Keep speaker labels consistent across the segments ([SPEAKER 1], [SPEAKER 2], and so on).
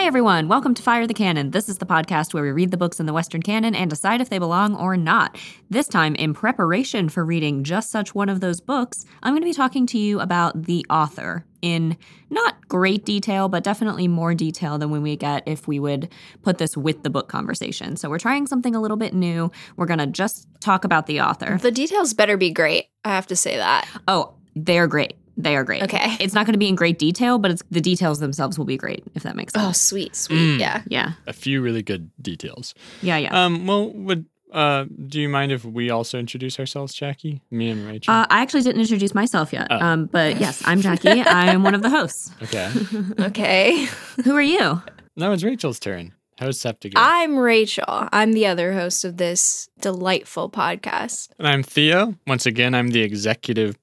[SPEAKER 1] everyone, welcome to Fire the Canon. This is the podcast where we read the books in the Western canon and decide if they belong or not. This time, in preparation for reading just such one of those books, I'm going to be talking to you about the author in not great detail, but definitely more detail than when we get if we would put this with the book conversation. So we're trying something a little bit new. We're going to just talk about the author.
[SPEAKER 2] The details better be great. I have to say that.
[SPEAKER 1] Oh, they're great. They are great.
[SPEAKER 2] Okay.
[SPEAKER 1] It's not going to be in great detail, but it's the details themselves will be great if that makes sense.
[SPEAKER 2] Oh, sweet, sweet.
[SPEAKER 3] Mm.
[SPEAKER 2] Yeah.
[SPEAKER 1] Yeah.
[SPEAKER 3] a few really good details.
[SPEAKER 1] Yeah, yeah.
[SPEAKER 3] Um, well, would uh, do you mind if we also introduce ourselves, Jackie? Me and Rachel.
[SPEAKER 1] Uh, I actually didn't introduce myself yet,
[SPEAKER 3] Oh.
[SPEAKER 1] um, but yes, I'm Jackie. I'm one of the hosts.
[SPEAKER 3] okay.
[SPEAKER 2] Okay.
[SPEAKER 1] Who are you?
[SPEAKER 3] now it's Rachel's turn. Host Septiga.
[SPEAKER 2] I'm Rachel. I'm the other host of this delightful podcast.
[SPEAKER 3] and I'm Theo. Once again, I'm the executive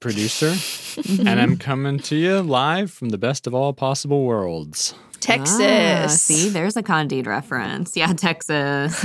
[SPEAKER 3] producer, and I'm coming to you live from the best of all possible worlds.
[SPEAKER 2] Texas.
[SPEAKER 1] Ah, see, there's a Candide reference. Yeah, Texas.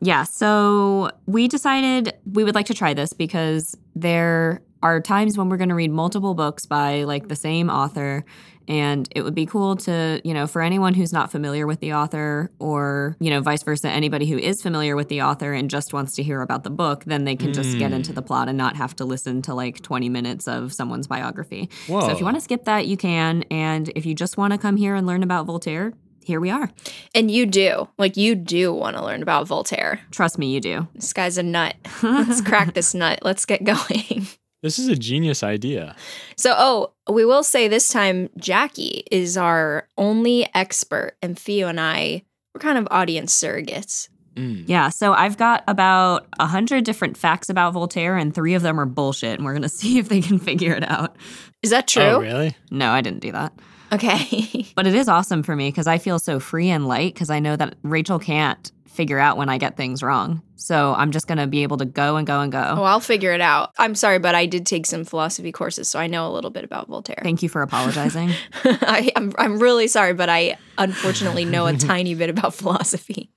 [SPEAKER 1] yeah, so we decided we would like to try this because there are times when we're going to read multiple books by like the same author. And it would be cool to, you know, for anyone who's not familiar with the author or, you know, vice versa, anybody who is familiar with the author and just wants to hear about the book, then they can just get
[SPEAKER 3] Mm.
[SPEAKER 1] into the plot and not have to listen to like 20 minutes of someone's biography.
[SPEAKER 3] Whoa.
[SPEAKER 1] So if you want to skip that, you can. And if you just want to come here and learn about Voltaire, here we are.
[SPEAKER 2] And you do. Like, you do want to learn about Voltaire.
[SPEAKER 1] Trust me, you do.
[SPEAKER 2] This guy's a nut. Let's crack this nut. Let's get going.
[SPEAKER 3] This is a genius idea.
[SPEAKER 2] So, oh, we will say this time Jackie is our only expert, and Theo and I, we're kind of audience surrogates.
[SPEAKER 3] Mm.
[SPEAKER 1] Yeah. So I've got about a hundred different facts about Voltaire, and three of them are bullshit. And we're gonna see if they can figure it out.
[SPEAKER 2] Is that true?
[SPEAKER 3] Oh, really?
[SPEAKER 1] No, I didn't do that.
[SPEAKER 2] Okay.
[SPEAKER 1] But it is awesome for me because I feel so free and light because I know that Rachel can't figure out when I get things wrong. So I'm just gonna be able to go and go and go.
[SPEAKER 2] Oh, I'll figure it out. I'm sorry, but I did take some philosophy courses, so I know a little bit about Voltaire.
[SPEAKER 1] Thank you for apologizing.
[SPEAKER 2] I, I'm, I'm really sorry, but I unfortunately know a tiny bit about philosophy.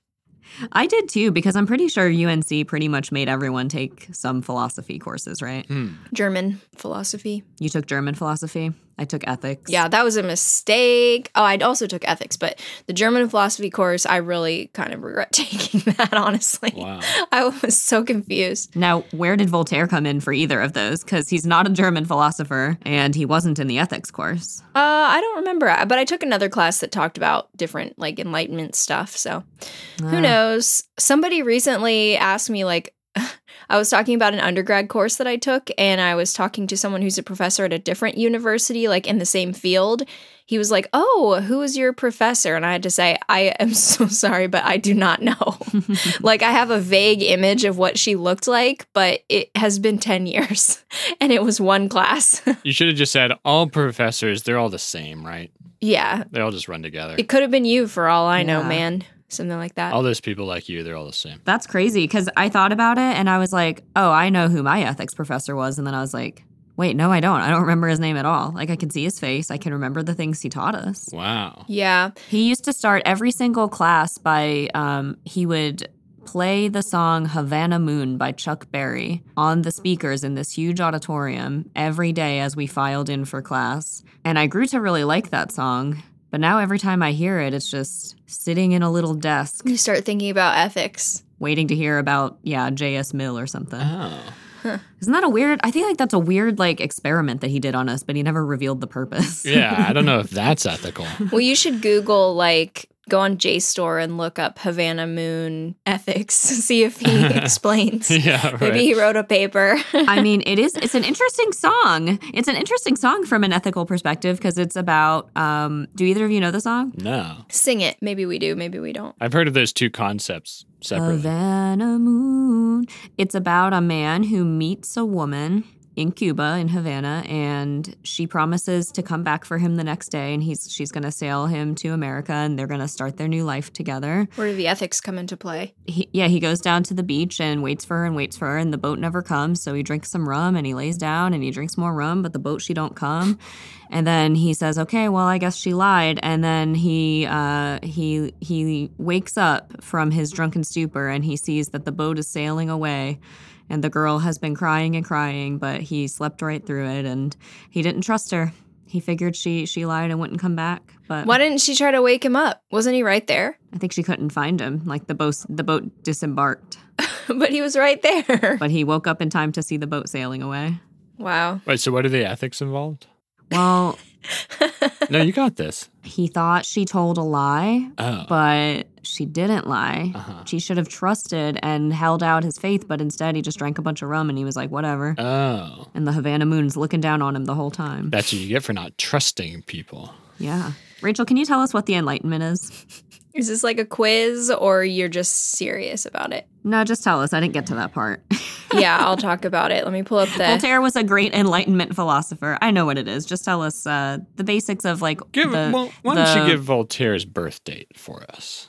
[SPEAKER 1] I did too because I'm pretty sure UNC pretty much made everyone take some philosophy courses, right?
[SPEAKER 3] Hmm.
[SPEAKER 2] German philosophy.
[SPEAKER 1] You took German philosophy. I took ethics.
[SPEAKER 2] Yeah, that was a mistake. Oh, I also took ethics, but the German philosophy course, I really kind of regret taking that, honestly.
[SPEAKER 3] Wow.
[SPEAKER 2] I was so confused.
[SPEAKER 1] Now, where did Voltaire come in for either of those? Because he's not a German philosopher and he wasn't in the ethics course.
[SPEAKER 2] Uh, I don't remember, I- but I took another class that talked about different like enlightenment stuff. So who
[SPEAKER 1] Ah.
[SPEAKER 2] knows? Somebody recently asked me like. I was talking about an undergrad course that I took, and I was talking to someone who's a professor at a different university, like in the same field. He was like, Oh, who is your professor? And I had to say, I am so sorry, but I do not know. like, I have a vague image of what she looked like, but it has been 10 years, and it was one class.
[SPEAKER 3] You should have just said all professors. They're all the same, right?
[SPEAKER 2] yeah,
[SPEAKER 3] They all just run together.
[SPEAKER 2] It could have been you for all I know,
[SPEAKER 1] Yeah.
[SPEAKER 2] man. Something like that.
[SPEAKER 3] All those people like you. They're all the same.
[SPEAKER 1] Uh, That's crazy because I thought about it and I was like, oh, I know who my ethics professor was. And then I was like, wait, no, I don't. I don't remember his name at all. Like, I can see his face, I can remember the things he taught us.
[SPEAKER 3] Wow.
[SPEAKER 2] yeah.
[SPEAKER 1] He used to start every single class by, um, he would play the song Havana Moon by Chuck Berry on the speakers in this huge auditorium every day as we filed in for class. And I grew to really like that song. But now every time I hear it, it's just sitting in a little desk
[SPEAKER 2] You start thinking about ethics.
[SPEAKER 1] waiting to hear about, yeah, J.S. Mill or something.
[SPEAKER 3] Oh.
[SPEAKER 1] Isn't that a weird? I think like that's a weird like experiment that he did on us, but he never revealed the purpose.
[SPEAKER 3] Yeah, I don't know if that's ethical.
[SPEAKER 2] well, you should Google, like, go on JSTOR and look up Havana Moon ethics, see if he explains.
[SPEAKER 3] yeah, right.
[SPEAKER 2] Maybe he wrote a paper.
[SPEAKER 1] I mean, it is. It's an interesting song. It's an interesting song from an ethical perspective because it's about. Um, do either of you know the song?
[SPEAKER 3] No.
[SPEAKER 2] Sing it. Maybe we do. Maybe we don't.
[SPEAKER 3] I've heard of those two concepts separately.
[SPEAKER 1] Havana Moon. It's about a man who meets a woman in Cuba in Havana and she promises to come back for him the next day and he's she's going to sail him to America and they're going to start their new life together.
[SPEAKER 2] Where do the ethics come into play?
[SPEAKER 1] he, yeah, he goes down to the beach and waits for her and waits for her, and the boat never comes. So he drinks some rum and he lays down and he drinks more rum, but the boat she don't come. And then he says, "Okay, well, I guess she lied." And then he uh, he he wakes up from his drunken stupor and he sees that the boat is sailing away, and the girl has been crying and crying, but he slept right through it and he didn't trust her. He figured she she lied and wouldn't come back, but
[SPEAKER 2] Why didn't she try to wake him up? Wasn't he right there?
[SPEAKER 1] I think she couldn't find him. Like the boat the boat disembarked,
[SPEAKER 2] but he was right there.
[SPEAKER 1] but he woke up in time to see the boat sailing away.
[SPEAKER 2] Wow.
[SPEAKER 3] Wait, so what are the ethics involved?
[SPEAKER 1] Well,
[SPEAKER 3] No, you got this.
[SPEAKER 1] he thought she told a lie,
[SPEAKER 3] Oh.
[SPEAKER 1] but she didn't lie.
[SPEAKER 3] Uh-huh.
[SPEAKER 1] She should have trusted and held out his faith, but instead he just drank a bunch of rum and he was like, whatever.
[SPEAKER 3] Oh.
[SPEAKER 1] and the Havana Moon's looking down on him the whole time.
[SPEAKER 3] That's what you get for not trusting people.
[SPEAKER 1] yeah. Rachel, can you tell us what the Enlightenment is?
[SPEAKER 2] Is this like a quiz or you're just serious about it?
[SPEAKER 1] No, just tell us. I didn't get to that part.
[SPEAKER 2] Yeah, I'll talk about it. Let me pull up the.
[SPEAKER 1] Voltaire was a great Enlightenment philosopher. I know what it is. Just tell us uh, the basics of like
[SPEAKER 3] Give
[SPEAKER 1] the.
[SPEAKER 3] well, why don't
[SPEAKER 1] the-
[SPEAKER 3] you give Voltaire's birth date for us?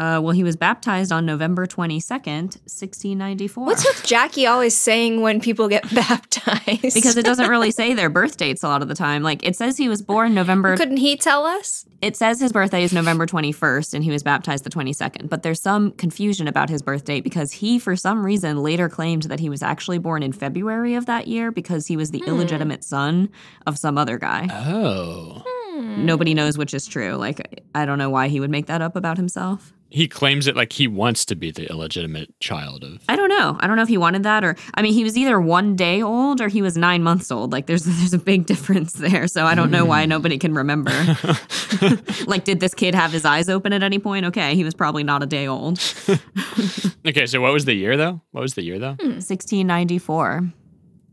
[SPEAKER 1] Uh, well, he was baptized on November twenty second, sixteen ninety four.
[SPEAKER 2] What's with Jackie always saying when people get baptized?
[SPEAKER 1] because it doesn't really say their birth dates a lot of the time. Like it says he was born November.
[SPEAKER 2] couldn't he tell us?
[SPEAKER 1] it says his birthday is November 21st and he was baptized the 22nd, but there's some confusion about his birth date because he, for some reason, later claimed that he was actually born in February of that year because he was the illegitimate son of some other guy.
[SPEAKER 3] Oh.
[SPEAKER 1] Nobody knows which is true. Like, I don't know why he would make that up about himself.
[SPEAKER 3] He claims it like he wants to be the illegitimate child of.
[SPEAKER 1] I don't know. I don't know if he wanted that or I mean he was either 1 day old or he was 9 months old. Like there's there's a big difference there. So I don't know why nobody can remember. like did this kid have his eyes open at any point? Okay, he was probably not a day old.
[SPEAKER 3] Okay, so what was the year though? What was the year though?
[SPEAKER 1] 1694.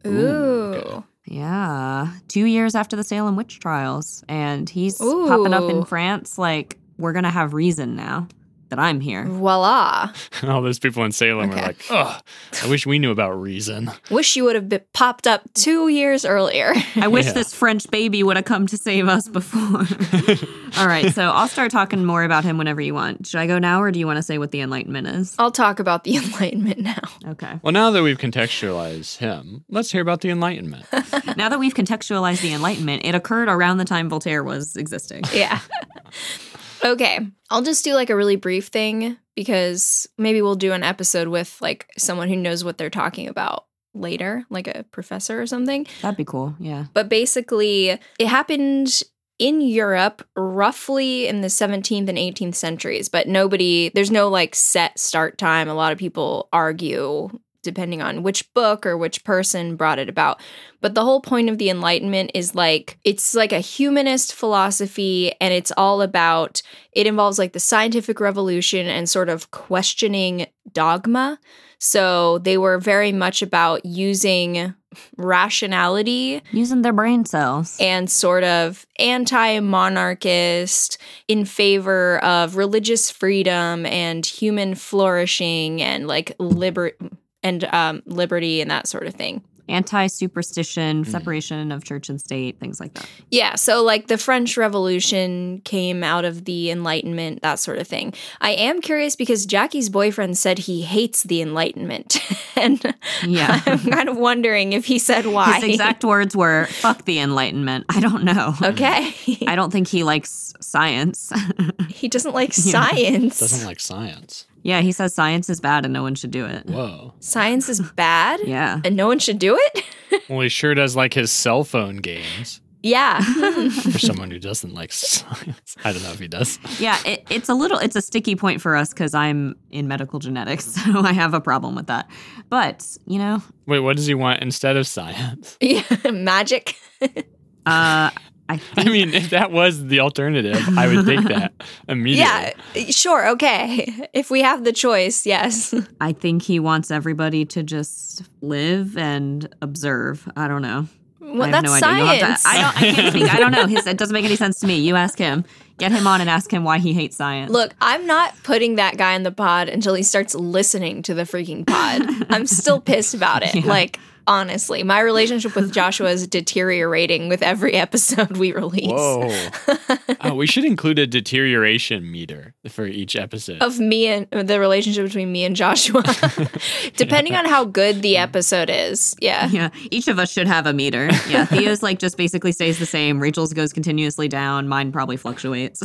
[SPEAKER 2] Ooh.
[SPEAKER 1] Yeah. Two years after the Salem witch trials. And he's
[SPEAKER 2] Ooh.
[SPEAKER 1] popping up in France like, we're going to have reason now that I'm here.
[SPEAKER 2] Voila.
[SPEAKER 3] And all those people in Salem were
[SPEAKER 2] Okay.
[SPEAKER 3] like, "Ugh, I wish we knew about reason."
[SPEAKER 2] Wish you would have been popped up two years earlier.
[SPEAKER 1] I wish
[SPEAKER 3] Yeah.
[SPEAKER 1] this French baby would have come to save us before. All right. So I'll start talking more about him whenever you want. Should I go now or do you want to say what the Enlightenment is?
[SPEAKER 2] I'll talk about the Enlightenment now.
[SPEAKER 1] Okay.
[SPEAKER 3] Well, now that we've contextualized him, let's hear about the Enlightenment.
[SPEAKER 1] now that we've contextualized the Enlightenment, it occurred around the time Voltaire was existing.
[SPEAKER 2] Yeah. okay. I'll just do like a really brief thing because maybe we'll do an episode with like someone who knows what they're talking about later, like a professor or something.
[SPEAKER 1] That'd be cool. Yeah.
[SPEAKER 2] But basically, it happened in Europe roughly in the 17th and 18th centuries, but nobody, there's no like set start time. A lot of people argue depending on which book or which person brought it about. But the whole point of the Enlightenment is like, it's like a humanist philosophy and it's all about, it involves like the scientific revolution and sort of questioning dogma. So they were very much about using rationality
[SPEAKER 1] Using their brain cells.
[SPEAKER 2] and sort of anti monarchist in favor of religious freedom and human flourishing and like liberty and um, liberty and that sort of thing.
[SPEAKER 1] Anti superstition,
[SPEAKER 3] Mm.
[SPEAKER 1] separation of church and state, things like that.
[SPEAKER 2] Yeah, so like the French Revolution came out of the Enlightenment, that sort of thing. I am curious because Jackie's boyfriend said he hates the Enlightenment. and
[SPEAKER 1] Yeah.
[SPEAKER 2] I'm kind of wondering if he said why.
[SPEAKER 1] His exact words were "fuck the Enlightenment." I don't know.
[SPEAKER 2] okay.
[SPEAKER 1] I don't think he likes science.
[SPEAKER 2] he doesn't like
[SPEAKER 1] Yeah.
[SPEAKER 2] science.
[SPEAKER 3] Doesn't like science.
[SPEAKER 1] yeah, he says science is bad and no one should do it.
[SPEAKER 3] Whoa.
[SPEAKER 2] science is bad.
[SPEAKER 1] Yeah.
[SPEAKER 2] and no one should do it?
[SPEAKER 3] Well, he sure does like his cell phone games.
[SPEAKER 2] yeah. Hmm.
[SPEAKER 3] For someone who doesn't like science, I don't know if he does.
[SPEAKER 1] Yeah, it, it's a little it's a sticky point for us cuz I'm in medical genetics, so I have a problem with that. But, you know,
[SPEAKER 3] Wait, what does he want instead of science?
[SPEAKER 2] yeah. Magic.
[SPEAKER 1] uh I
[SPEAKER 3] I
[SPEAKER 1] think
[SPEAKER 3] mean, if that was the alternative, I would take that immediately.
[SPEAKER 2] Yeah. Sure. Okay. If we have the choice, yes.
[SPEAKER 1] I think he wants everybody to just live and observe. I don't know.
[SPEAKER 2] Well,
[SPEAKER 1] I have
[SPEAKER 2] that's
[SPEAKER 1] no idea. You'll have to-
[SPEAKER 2] science.
[SPEAKER 1] I don't I can't speak. I don't know. His, it doesn't make any sense to me. You ask him. Get him on and ask him why he hates science.
[SPEAKER 2] Look, I'm not putting that guy in the pod until he starts listening to the freaking pod. I'm still pissed about it.
[SPEAKER 1] Yeah.
[SPEAKER 2] Like, honestly, my relationship with Joshua is deteriorating with every episode we release.
[SPEAKER 3] Whoa. oh, we should include a deterioration meter for each episode.
[SPEAKER 2] Of me and the relationship between me and Joshua, depending on how good the episode is. Yeah.
[SPEAKER 1] Yeah, each of us should have a meter. Yeah, Theo's like just basically stays the same. Rachel's goes continuously down. Mine probably fluctuates.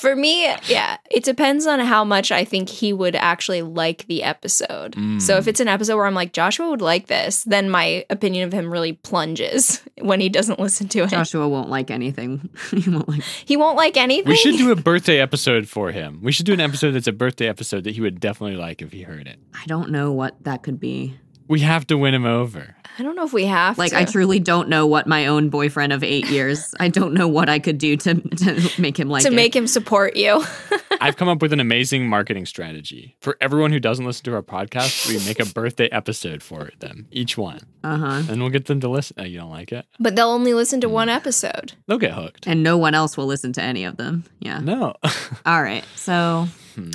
[SPEAKER 2] For me, yeah,
[SPEAKER 1] Mm.
[SPEAKER 2] it depends on how much I think he would actually like the episode. So if it's an episode where I'm like, Joshua would like this, then my opinion of him really plunges when he doesn't listen to it.
[SPEAKER 1] Joshua won't like anything. he won't like.
[SPEAKER 2] He won't like anything.
[SPEAKER 3] We should do a birthday episode for him. We should do an episode that's a birthday episode that he would definitely like if he heard it.
[SPEAKER 1] I don't know what that could be.
[SPEAKER 3] We have to win him over.
[SPEAKER 2] I don't know if we have
[SPEAKER 1] Like,
[SPEAKER 2] to.
[SPEAKER 1] I truly don't know what my own boyfriend of eight years. I don't know what I could do to to make him like
[SPEAKER 2] to
[SPEAKER 1] it.
[SPEAKER 2] make him support you.
[SPEAKER 3] I've come up with an amazing marketing strategy. For everyone who doesn't listen to our podcast, we make a birthday episode for them, each one.
[SPEAKER 1] Uh huh.
[SPEAKER 3] And we'll get them to listen. Oh, you don't like it?
[SPEAKER 2] but they'll only listen to
[SPEAKER 1] Mm.
[SPEAKER 2] one episode.
[SPEAKER 3] They'll get hooked.
[SPEAKER 1] And no one else will listen to any of them. Yeah.
[SPEAKER 3] No.
[SPEAKER 1] All right. So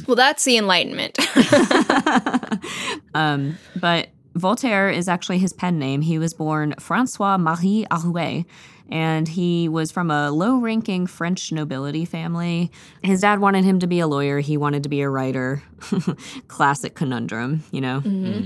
[SPEAKER 2] Well, that's the enlightenment.
[SPEAKER 1] um, but Voltaire is actually his pen name. He was born Francois Marie Arouet, and he was from a low ranking French nobility family. His dad wanted him to be a lawyer, he wanted to be a writer. Classic conundrum, you know?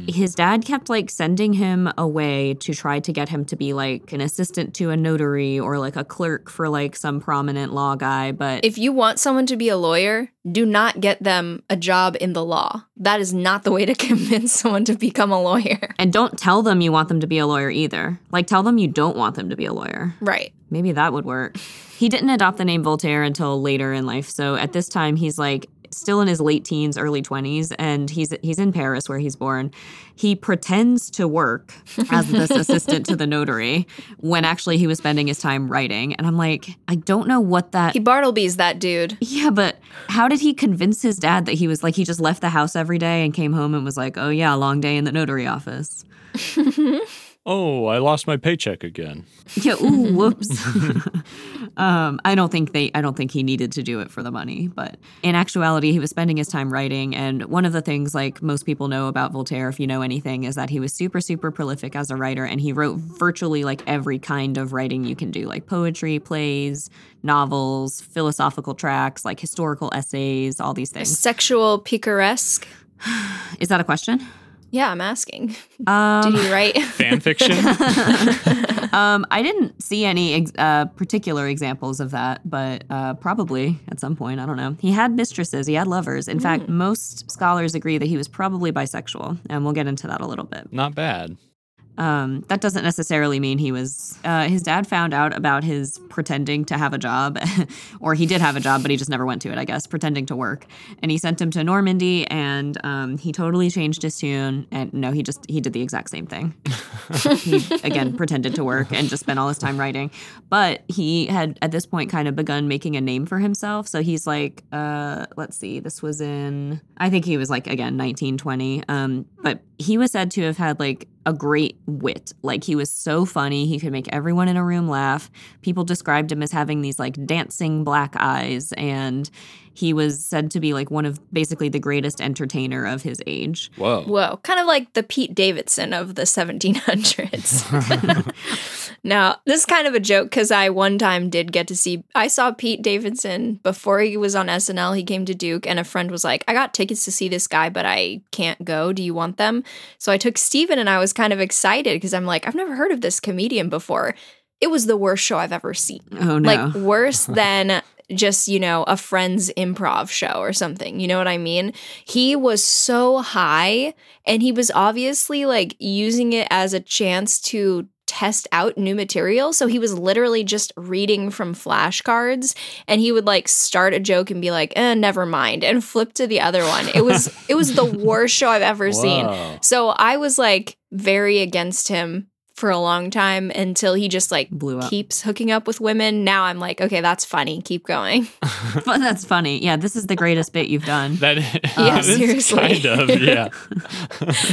[SPEAKER 1] His dad kept like sending him away to try to get him to be like an assistant to a notary or like a clerk for like some prominent law guy, but
[SPEAKER 2] if you want someone to be a lawyer, do not get them a job in the law. That is not the way to convince someone to become a lawyer.
[SPEAKER 1] And don't tell them you want them to be a lawyer either. Like, tell them you don't want them to be a lawyer.
[SPEAKER 2] Right.
[SPEAKER 1] Maybe that would work. He didn't adopt the name Voltaire until later in life. So at this time, he's like still in his late teens, early 20s, and he's he's in Paris where he's born. He pretends to work as this assistant to the notary when actually he was spending his time writing. And I'm like, I don't know what that
[SPEAKER 2] He Bartleby's that dude.
[SPEAKER 1] yeah, but how did he convince his dad that he was like he just left the house every day and came home and was like, "Oh yeah, long day in the notary office."
[SPEAKER 3] oh, I lost my paycheck again.
[SPEAKER 1] Yeah. Ooh, whoops. um, I don't think they. I don't think he needed to do it for the money, but in actuality, he was spending his time writing. And one of the things, like most people know about Voltaire, if you know anything, is that he was super, super prolific as a writer, and he wrote virtually like every kind of writing you can do, like poetry, plays, novels, philosophical tracks, like historical essays, all these things.
[SPEAKER 2] Sexual picaresque.
[SPEAKER 1] Is that a question?
[SPEAKER 2] Yeah, I'm asking.
[SPEAKER 1] Um,
[SPEAKER 2] Did he write?
[SPEAKER 3] Fan fiction?
[SPEAKER 1] um, I didn't see any ex- uh, particular examples of that, but uh, probably at some point. I don't know. He had mistresses, he had lovers. In fact, most scholars agree that he was probably bisexual, and we'll get into that a little bit.
[SPEAKER 3] Not bad.
[SPEAKER 1] Um, that doesn't necessarily mean he was. Uh, his dad found out about his pretending to have a job, or he did have a job, but he just never went to it, I guess, pretending to work. And he sent him to Normandy, and um, he totally changed his tune. And no, he just he did the exact same thing. he again pretended to work and just spent all his time writing. But he had at this point kind of begun making a name for himself. So he's like, uh, let's see, this was in I think he was like again 1920. Um, but he was said to have had like a great wit. Like he was so funny, he could make everyone in a room laugh. People described him as having these like dancing black eyes and he was said to be like one of basically the greatest entertainer of his age.
[SPEAKER 3] Whoa.
[SPEAKER 2] Whoa, kind of like the Pete Davidson of the 1700s. now, this is kind of a joke because I one time did get to see, I saw Pete Davidson before he was on SNL. He came to Duke, and a friend was like, I got tickets to see this guy, but I can't go. Do you want them? So I took Steven, and I was kind of excited because I'm like, I've never heard of this comedian before. It was the worst show I've ever seen
[SPEAKER 1] Oh no.
[SPEAKER 2] like worse than just you know a friend's improv show or something you know what i mean he was so high and he was obviously like using it as a chance to test out new material so he was literally just reading from flashcards and he would like start a joke and be like eh, never mind and flip to the other one it was it was the worst show i've ever seen
[SPEAKER 3] Whoa.
[SPEAKER 2] so i was like very against him for a long time until he just like
[SPEAKER 1] blew up.
[SPEAKER 2] keeps hooking up with women. Now I'm like, okay, that's funny. Keep going.
[SPEAKER 1] But that's funny. Yeah, this is the greatest bit you've done.
[SPEAKER 3] That
[SPEAKER 2] Yeah,
[SPEAKER 3] is
[SPEAKER 2] seriously.
[SPEAKER 3] kind of, yeah.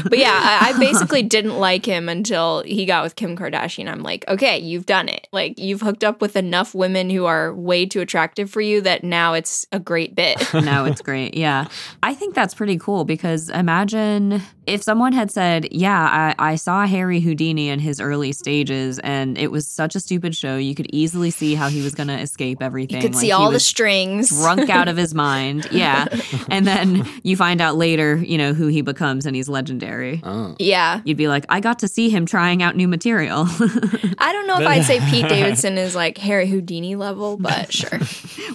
[SPEAKER 2] But yeah, I, I basically didn't like him until he got with Kim Kardashian. I'm like, okay, you've done it. Like, you've hooked up with enough women who are way too attractive for you that now it's a great bit.
[SPEAKER 1] now it's great. Yeah. I think that's pretty cool because imagine if someone had said, Yeah, I, I saw Harry Houdini in his early stages and it was such a stupid show. You could easily see how he was going to escape everything.
[SPEAKER 2] You could
[SPEAKER 1] Like,
[SPEAKER 2] see
[SPEAKER 1] he
[SPEAKER 2] all the
[SPEAKER 1] was
[SPEAKER 2] strings.
[SPEAKER 1] drunk out of his mind. Yeah. And then you find out later, you know, who he becomes and he's legendary.
[SPEAKER 3] Oh.
[SPEAKER 2] Yeah.
[SPEAKER 1] You'd be like, I got to see him trying out new material.
[SPEAKER 2] I don't know if I'd say Pete Davidson is like Harry Houdini level, but sure.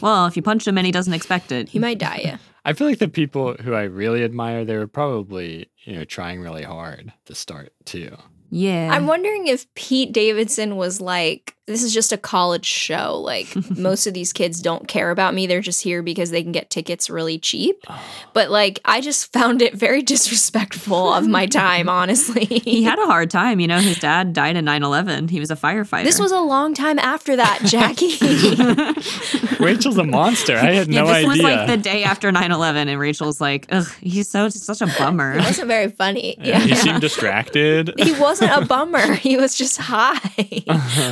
[SPEAKER 1] well, if you punch him and he doesn't expect it,
[SPEAKER 2] He might die. Yeah.
[SPEAKER 3] I feel like the people who I really admire, they were probably, you know, trying really hard to start too.
[SPEAKER 1] Yeah.
[SPEAKER 2] I'm wondering if Pete Davidson was like, this is just a college show. Like, most of these kids don't care about me. They're just here because they can get tickets really cheap.
[SPEAKER 1] Oh.
[SPEAKER 2] But, like, I just found it very disrespectful of my time,
[SPEAKER 1] he
[SPEAKER 2] honestly.
[SPEAKER 1] had a hard time, you know. His dad died in 9 11. He was a firefighter.
[SPEAKER 2] This was a long time after that, Jackie.
[SPEAKER 3] Rachel's a monster. I had
[SPEAKER 1] yeah,
[SPEAKER 3] no
[SPEAKER 1] this
[SPEAKER 3] idea.
[SPEAKER 1] was like the day after 9 11, and Rachel's like, ugh, he's so such a bummer.
[SPEAKER 2] It wasn't very funny. Yeah.
[SPEAKER 3] yeah, He seemed distracted.
[SPEAKER 2] He wasn't a bummer. He was just high.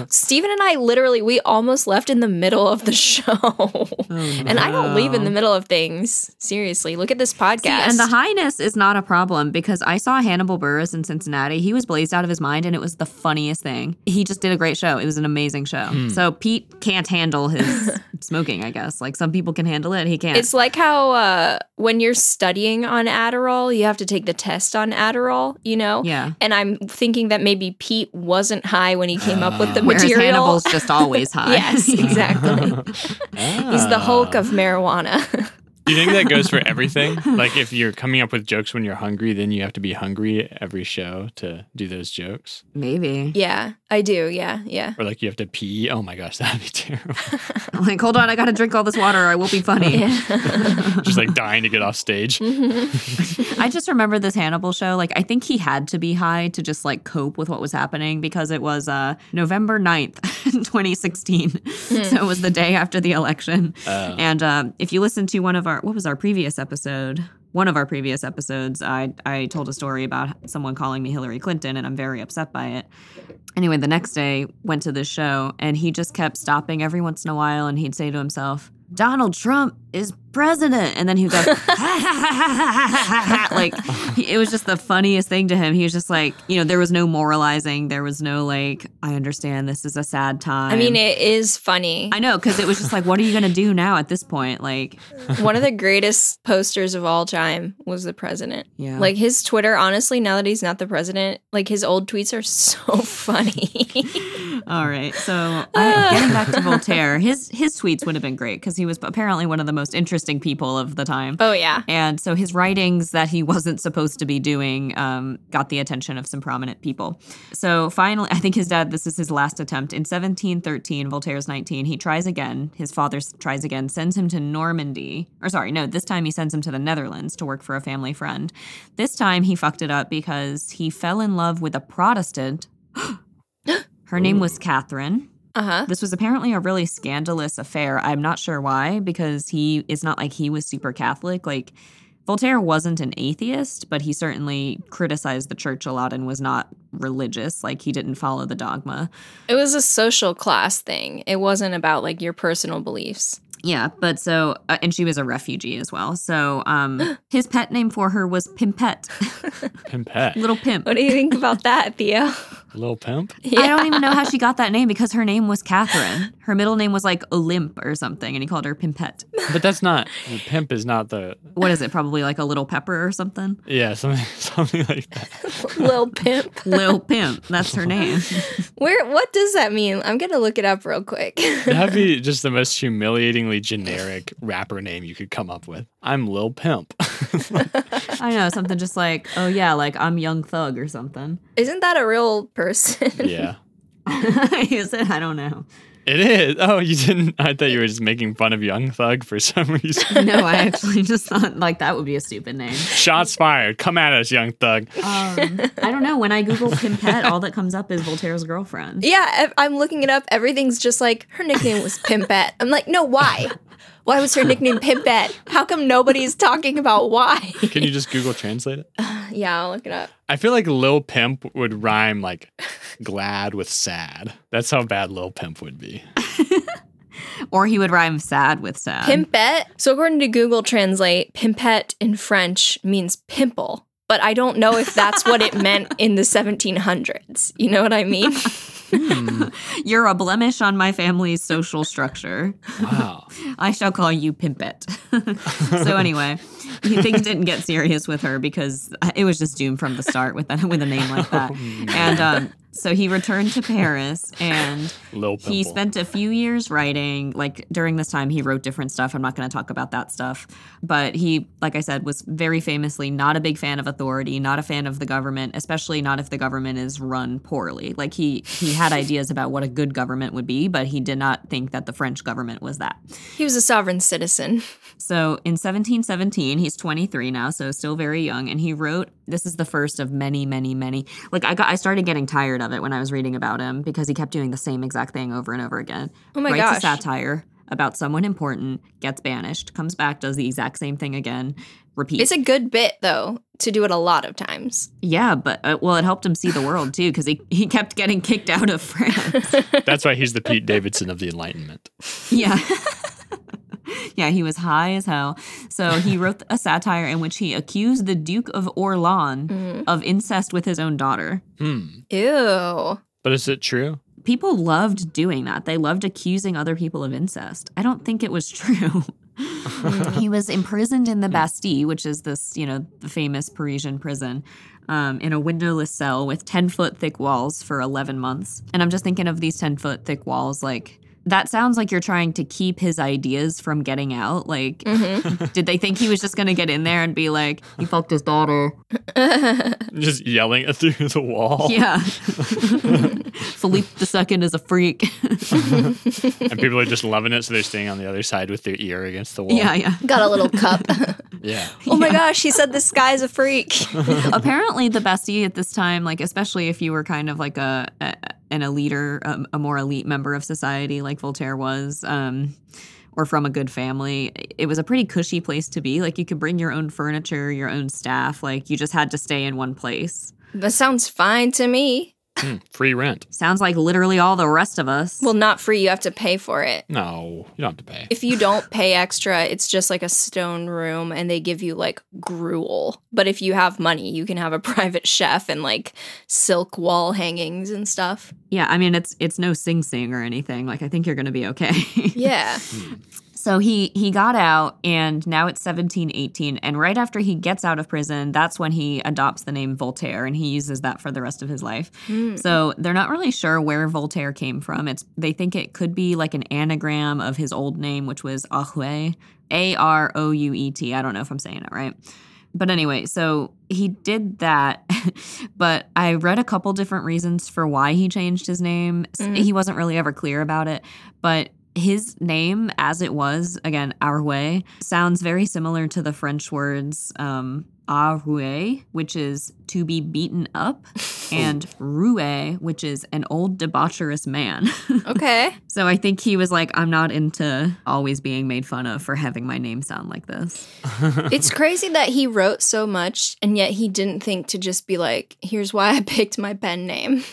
[SPEAKER 2] Steven and I literally, we almost left in the middle of the show.
[SPEAKER 1] Oh,
[SPEAKER 2] And I don't leave in the middle of things. Seriously, look at this
[SPEAKER 1] See,
[SPEAKER 2] podcast.
[SPEAKER 1] and the highness is not a problem because I saw Hannibal Burris in Cincinnati. He was blazed out of his mind, and it was the funniest thing. He just did a great show. It was an amazing show.
[SPEAKER 3] Hmm.
[SPEAKER 1] So Pete can't handle his smoking, I guess. Like some people can handle it, he can't.
[SPEAKER 2] it's like how uh, when you're studying on Adderall, you have to take the test on Adderall, you know?
[SPEAKER 1] yeah.
[SPEAKER 2] And I'm thinking that maybe Pete wasn't high when he came up with the
[SPEAKER 1] Whereas
[SPEAKER 2] material.
[SPEAKER 1] Hannibal's just always high.
[SPEAKER 2] yes, exactly. He's the Hulk of marijuana.
[SPEAKER 3] Do you think that goes for everything? Like if you're coming up with jokes when you're hungry, then you have to be hungry every show to do those jokes.
[SPEAKER 1] Maybe.
[SPEAKER 2] yeah, I do. Yeah, yeah.
[SPEAKER 3] Or like you have to pee. Oh my gosh, that'd be terrible.
[SPEAKER 1] Like, hold on, I gotta drink all this water or I will be funny.
[SPEAKER 3] Just like dying to get off stage.
[SPEAKER 1] I just remember this Hannibal show. Like, I think he had to be high to just like cope with what was happening because it was uh, November 9th, 2016. So it was the day after the election. And um, if you listen to one of our, what was our previous episode? One of our previous episodes, I, I told a story about someone calling me Hillary Clinton, and I'm very upset by it. Anyway, the next day went to this show and he just kept stopping every once in a while and he'd say to himself, Donald Trump is president. And then he would go, like, he, it was just the funniest thing to him. He was just like, you know, there was no moralizing. There was no, like, I understand this is a sad time.
[SPEAKER 2] I mean, it is funny.
[SPEAKER 1] I know, because it was just like, what are you going to do now at this point? Like,
[SPEAKER 2] One of the greatest posters of all time was the president.
[SPEAKER 1] yeah.
[SPEAKER 2] Like his Twitter, honestly, now that he's not the president, like his old tweets are so funny.
[SPEAKER 1] All right. So uh, getting back to Voltaire, his, his tweets would have been great because he was apparently one of the most interesting people of the time.
[SPEAKER 2] oh yeah.
[SPEAKER 1] And so his writings that he wasn't supposed to be doing um, got the attention of some prominent people. So finally, I think his dad, this is his last attempt. In 1713, Voltaire's 19, he tries again. His father s- tries again, sends him to Normandy. Or sorry, no, this time he sends him to the Netherlands to work for a family friend. This time he fucked it up because he fell in love with a Protestant. Her name was Catherine.
[SPEAKER 2] Uh-huh.
[SPEAKER 1] This was apparently a really scandalous affair. I'm not sure why, because he it's not like he was super Catholic. Like Voltaire wasn't an atheist, but he certainly criticized the church a lot and was not religious. Like he didn't follow the dogma.
[SPEAKER 2] It was a social class thing. It wasn't about like your personal beliefs.
[SPEAKER 1] Yeah, but so uh, and she was a refugee as well. So um his pet name for her was Pimpette,
[SPEAKER 3] Pimpette.
[SPEAKER 1] little pimp.
[SPEAKER 2] What do you think about that, Theo?
[SPEAKER 3] Little pimp.
[SPEAKER 1] I don't even know how she got that name because her name was Catherine. Her middle name was like Olymp or something, and he called her Pimpette.
[SPEAKER 3] But that's not pimp is not the
[SPEAKER 1] What is it? Probably like a little pepper or something.
[SPEAKER 3] yeah, something something like that.
[SPEAKER 2] Lil Pimp.
[SPEAKER 1] Lil Pimp. That's her name.
[SPEAKER 2] Where what does that mean? I'm gonna look it up real quick.
[SPEAKER 3] That'd be just the most humiliatingly generic rapper name you could come up with. I'm Lil Pimp.
[SPEAKER 1] I know, something just like, oh yeah, like I'm Young Thug or something.
[SPEAKER 2] Isn't that a real person?
[SPEAKER 3] yeah.
[SPEAKER 1] Is it? I don't know.
[SPEAKER 3] It is. Oh, you didn't I thought you were just making fun of Young Thug for some reason.
[SPEAKER 1] No, I actually just thought like that would be a stupid name.
[SPEAKER 3] Shots fired. Come at us, young thug.
[SPEAKER 1] Um, I don't know. When I Google Pimpette, all that comes up is Voltaire's girlfriend.
[SPEAKER 2] yeah, I- I'm looking it up. Everything's just like her nickname was Pimpette. I'm like, no, why? Why was her nickname Pimpette? How come nobody's talking about why?
[SPEAKER 3] Can you just Google translate it?
[SPEAKER 2] yeah, I'll look it up.
[SPEAKER 3] I feel like Lil Pimp would rhyme like glad with sad. That's how bad Lil Pimp would be.
[SPEAKER 1] Or he would rhyme sad with sad.
[SPEAKER 2] Pimpette. Um, So, according to Google Translate, pimpette in French means pimple, but I don't know if that's what it meant in the 1700s. You know what I mean?
[SPEAKER 1] You're a blemish on my family's social structure.
[SPEAKER 3] Wow.
[SPEAKER 1] I shall call you Pimpette. so anyway, Things didn't get serious with her because it was just doomed from the start with that with a name like
[SPEAKER 3] Oh,
[SPEAKER 1] that. and um, so he returned to Paris and
[SPEAKER 3] Lil
[SPEAKER 1] he
[SPEAKER 3] Pimple.
[SPEAKER 1] spent a few years writing like during this time he wrote different stuff i'm not going to talk about that stuff but he like i said was very famously not a big fan of authority not a fan of the government especially not if the government is run poorly like he he had ideas about what a good government would be but he did not think that the french government was that
[SPEAKER 2] He was a sovereign citizen.
[SPEAKER 1] so in 1717, he's 23 now, so still very young, and he wrote this is the first of many, many, many. Like I got I started getting tired of it when I was reading about him because he kept doing the same exact thing over and over again.
[SPEAKER 2] Oh my
[SPEAKER 1] Writes a
[SPEAKER 2] gosh.
[SPEAKER 1] satire about someone important, gets banished, comes back, does the exact same thing again, repeats.
[SPEAKER 2] It's a good bit though to do it a lot of times.
[SPEAKER 1] yeah, but uh, well, it helped him see the world too because he he kept getting kicked out of France.
[SPEAKER 3] That's why he's the Pete Davidson of the Enlightenment.
[SPEAKER 1] Yeah. yeah, he was high as hell. So he wrote a satire in which he accused the Duke of Orleans of incest with his own daughter.
[SPEAKER 3] Hmm.
[SPEAKER 2] Ew.
[SPEAKER 3] But is it true?
[SPEAKER 1] People loved doing that. They loved accusing other people of incest. I don't think it was true. Mm, he was imprisoned in the Bastille, which is this, you know, the famous Parisian prison, um, in a windowless cell with 10 foot thick walls for 11 months. And I'm just thinking of these 10 foot thick walls, like, that sounds like you're trying to keep his ideas from getting out. Like, did they think he was just going to get in there and be like, he fucked his daughter?
[SPEAKER 3] Just yelling it through the wall.
[SPEAKER 1] Yeah. Philippe II is a freak.
[SPEAKER 3] And people are just loving it, so they're staying on the other side with their ear against the wall.
[SPEAKER 1] yeah, yeah.
[SPEAKER 2] Got a little cup.
[SPEAKER 3] Yeah.
[SPEAKER 2] oh my gosh, he said this guy's a freak.
[SPEAKER 1] apparently the bestie at this time like especially if you were kind of like a, a an elite or a, a more elite member of society like voltaire was um or from a good family it was a pretty cushy place to be like you could bring your own furniture your own staff like you just had to stay in one place
[SPEAKER 2] that sounds fine to me.
[SPEAKER 3] Hmm. Free rent.
[SPEAKER 1] sounds like literally all the rest of us
[SPEAKER 2] Well, not free, you have to pay for it.
[SPEAKER 3] No, you don't have to pay.
[SPEAKER 2] If you don't pay extra, it's just like a stone room and they give you like gruel. But if you have money, you can have a private chef and like silk wall hangings and stuff.
[SPEAKER 1] yeah i mean it's it's no sing sing or anything like i think you're gonna be okay
[SPEAKER 2] Yeah.
[SPEAKER 1] So he he got out and now it's 1718 and right after he gets out of prison that's when he adopts the name Voltaire and he uses that for the rest of his life.
[SPEAKER 2] Mm-hmm. Hmm.
[SPEAKER 1] So they're not really sure where Voltaire came from. It's they think it could be like an anagram of his old name which was Arouet, A R O U E T. I don't know if I'm saying it right. But anyway, so he did that, but I read a couple different reasons for why he changed his name. S-
[SPEAKER 2] Mm.
[SPEAKER 1] He wasn't really ever clear about it, but his name, as it was, again, our way, sounds very similar to the French words um, Arouet, which is to be beaten up, and Rouet, which is an old debaucherous man.
[SPEAKER 2] Okay.
[SPEAKER 1] so I think he was like, I'm not into always being made fun of for having my name sound like this.
[SPEAKER 2] it's crazy that he wrote so much and yet he didn't think to just be like, here's why I picked my pen name.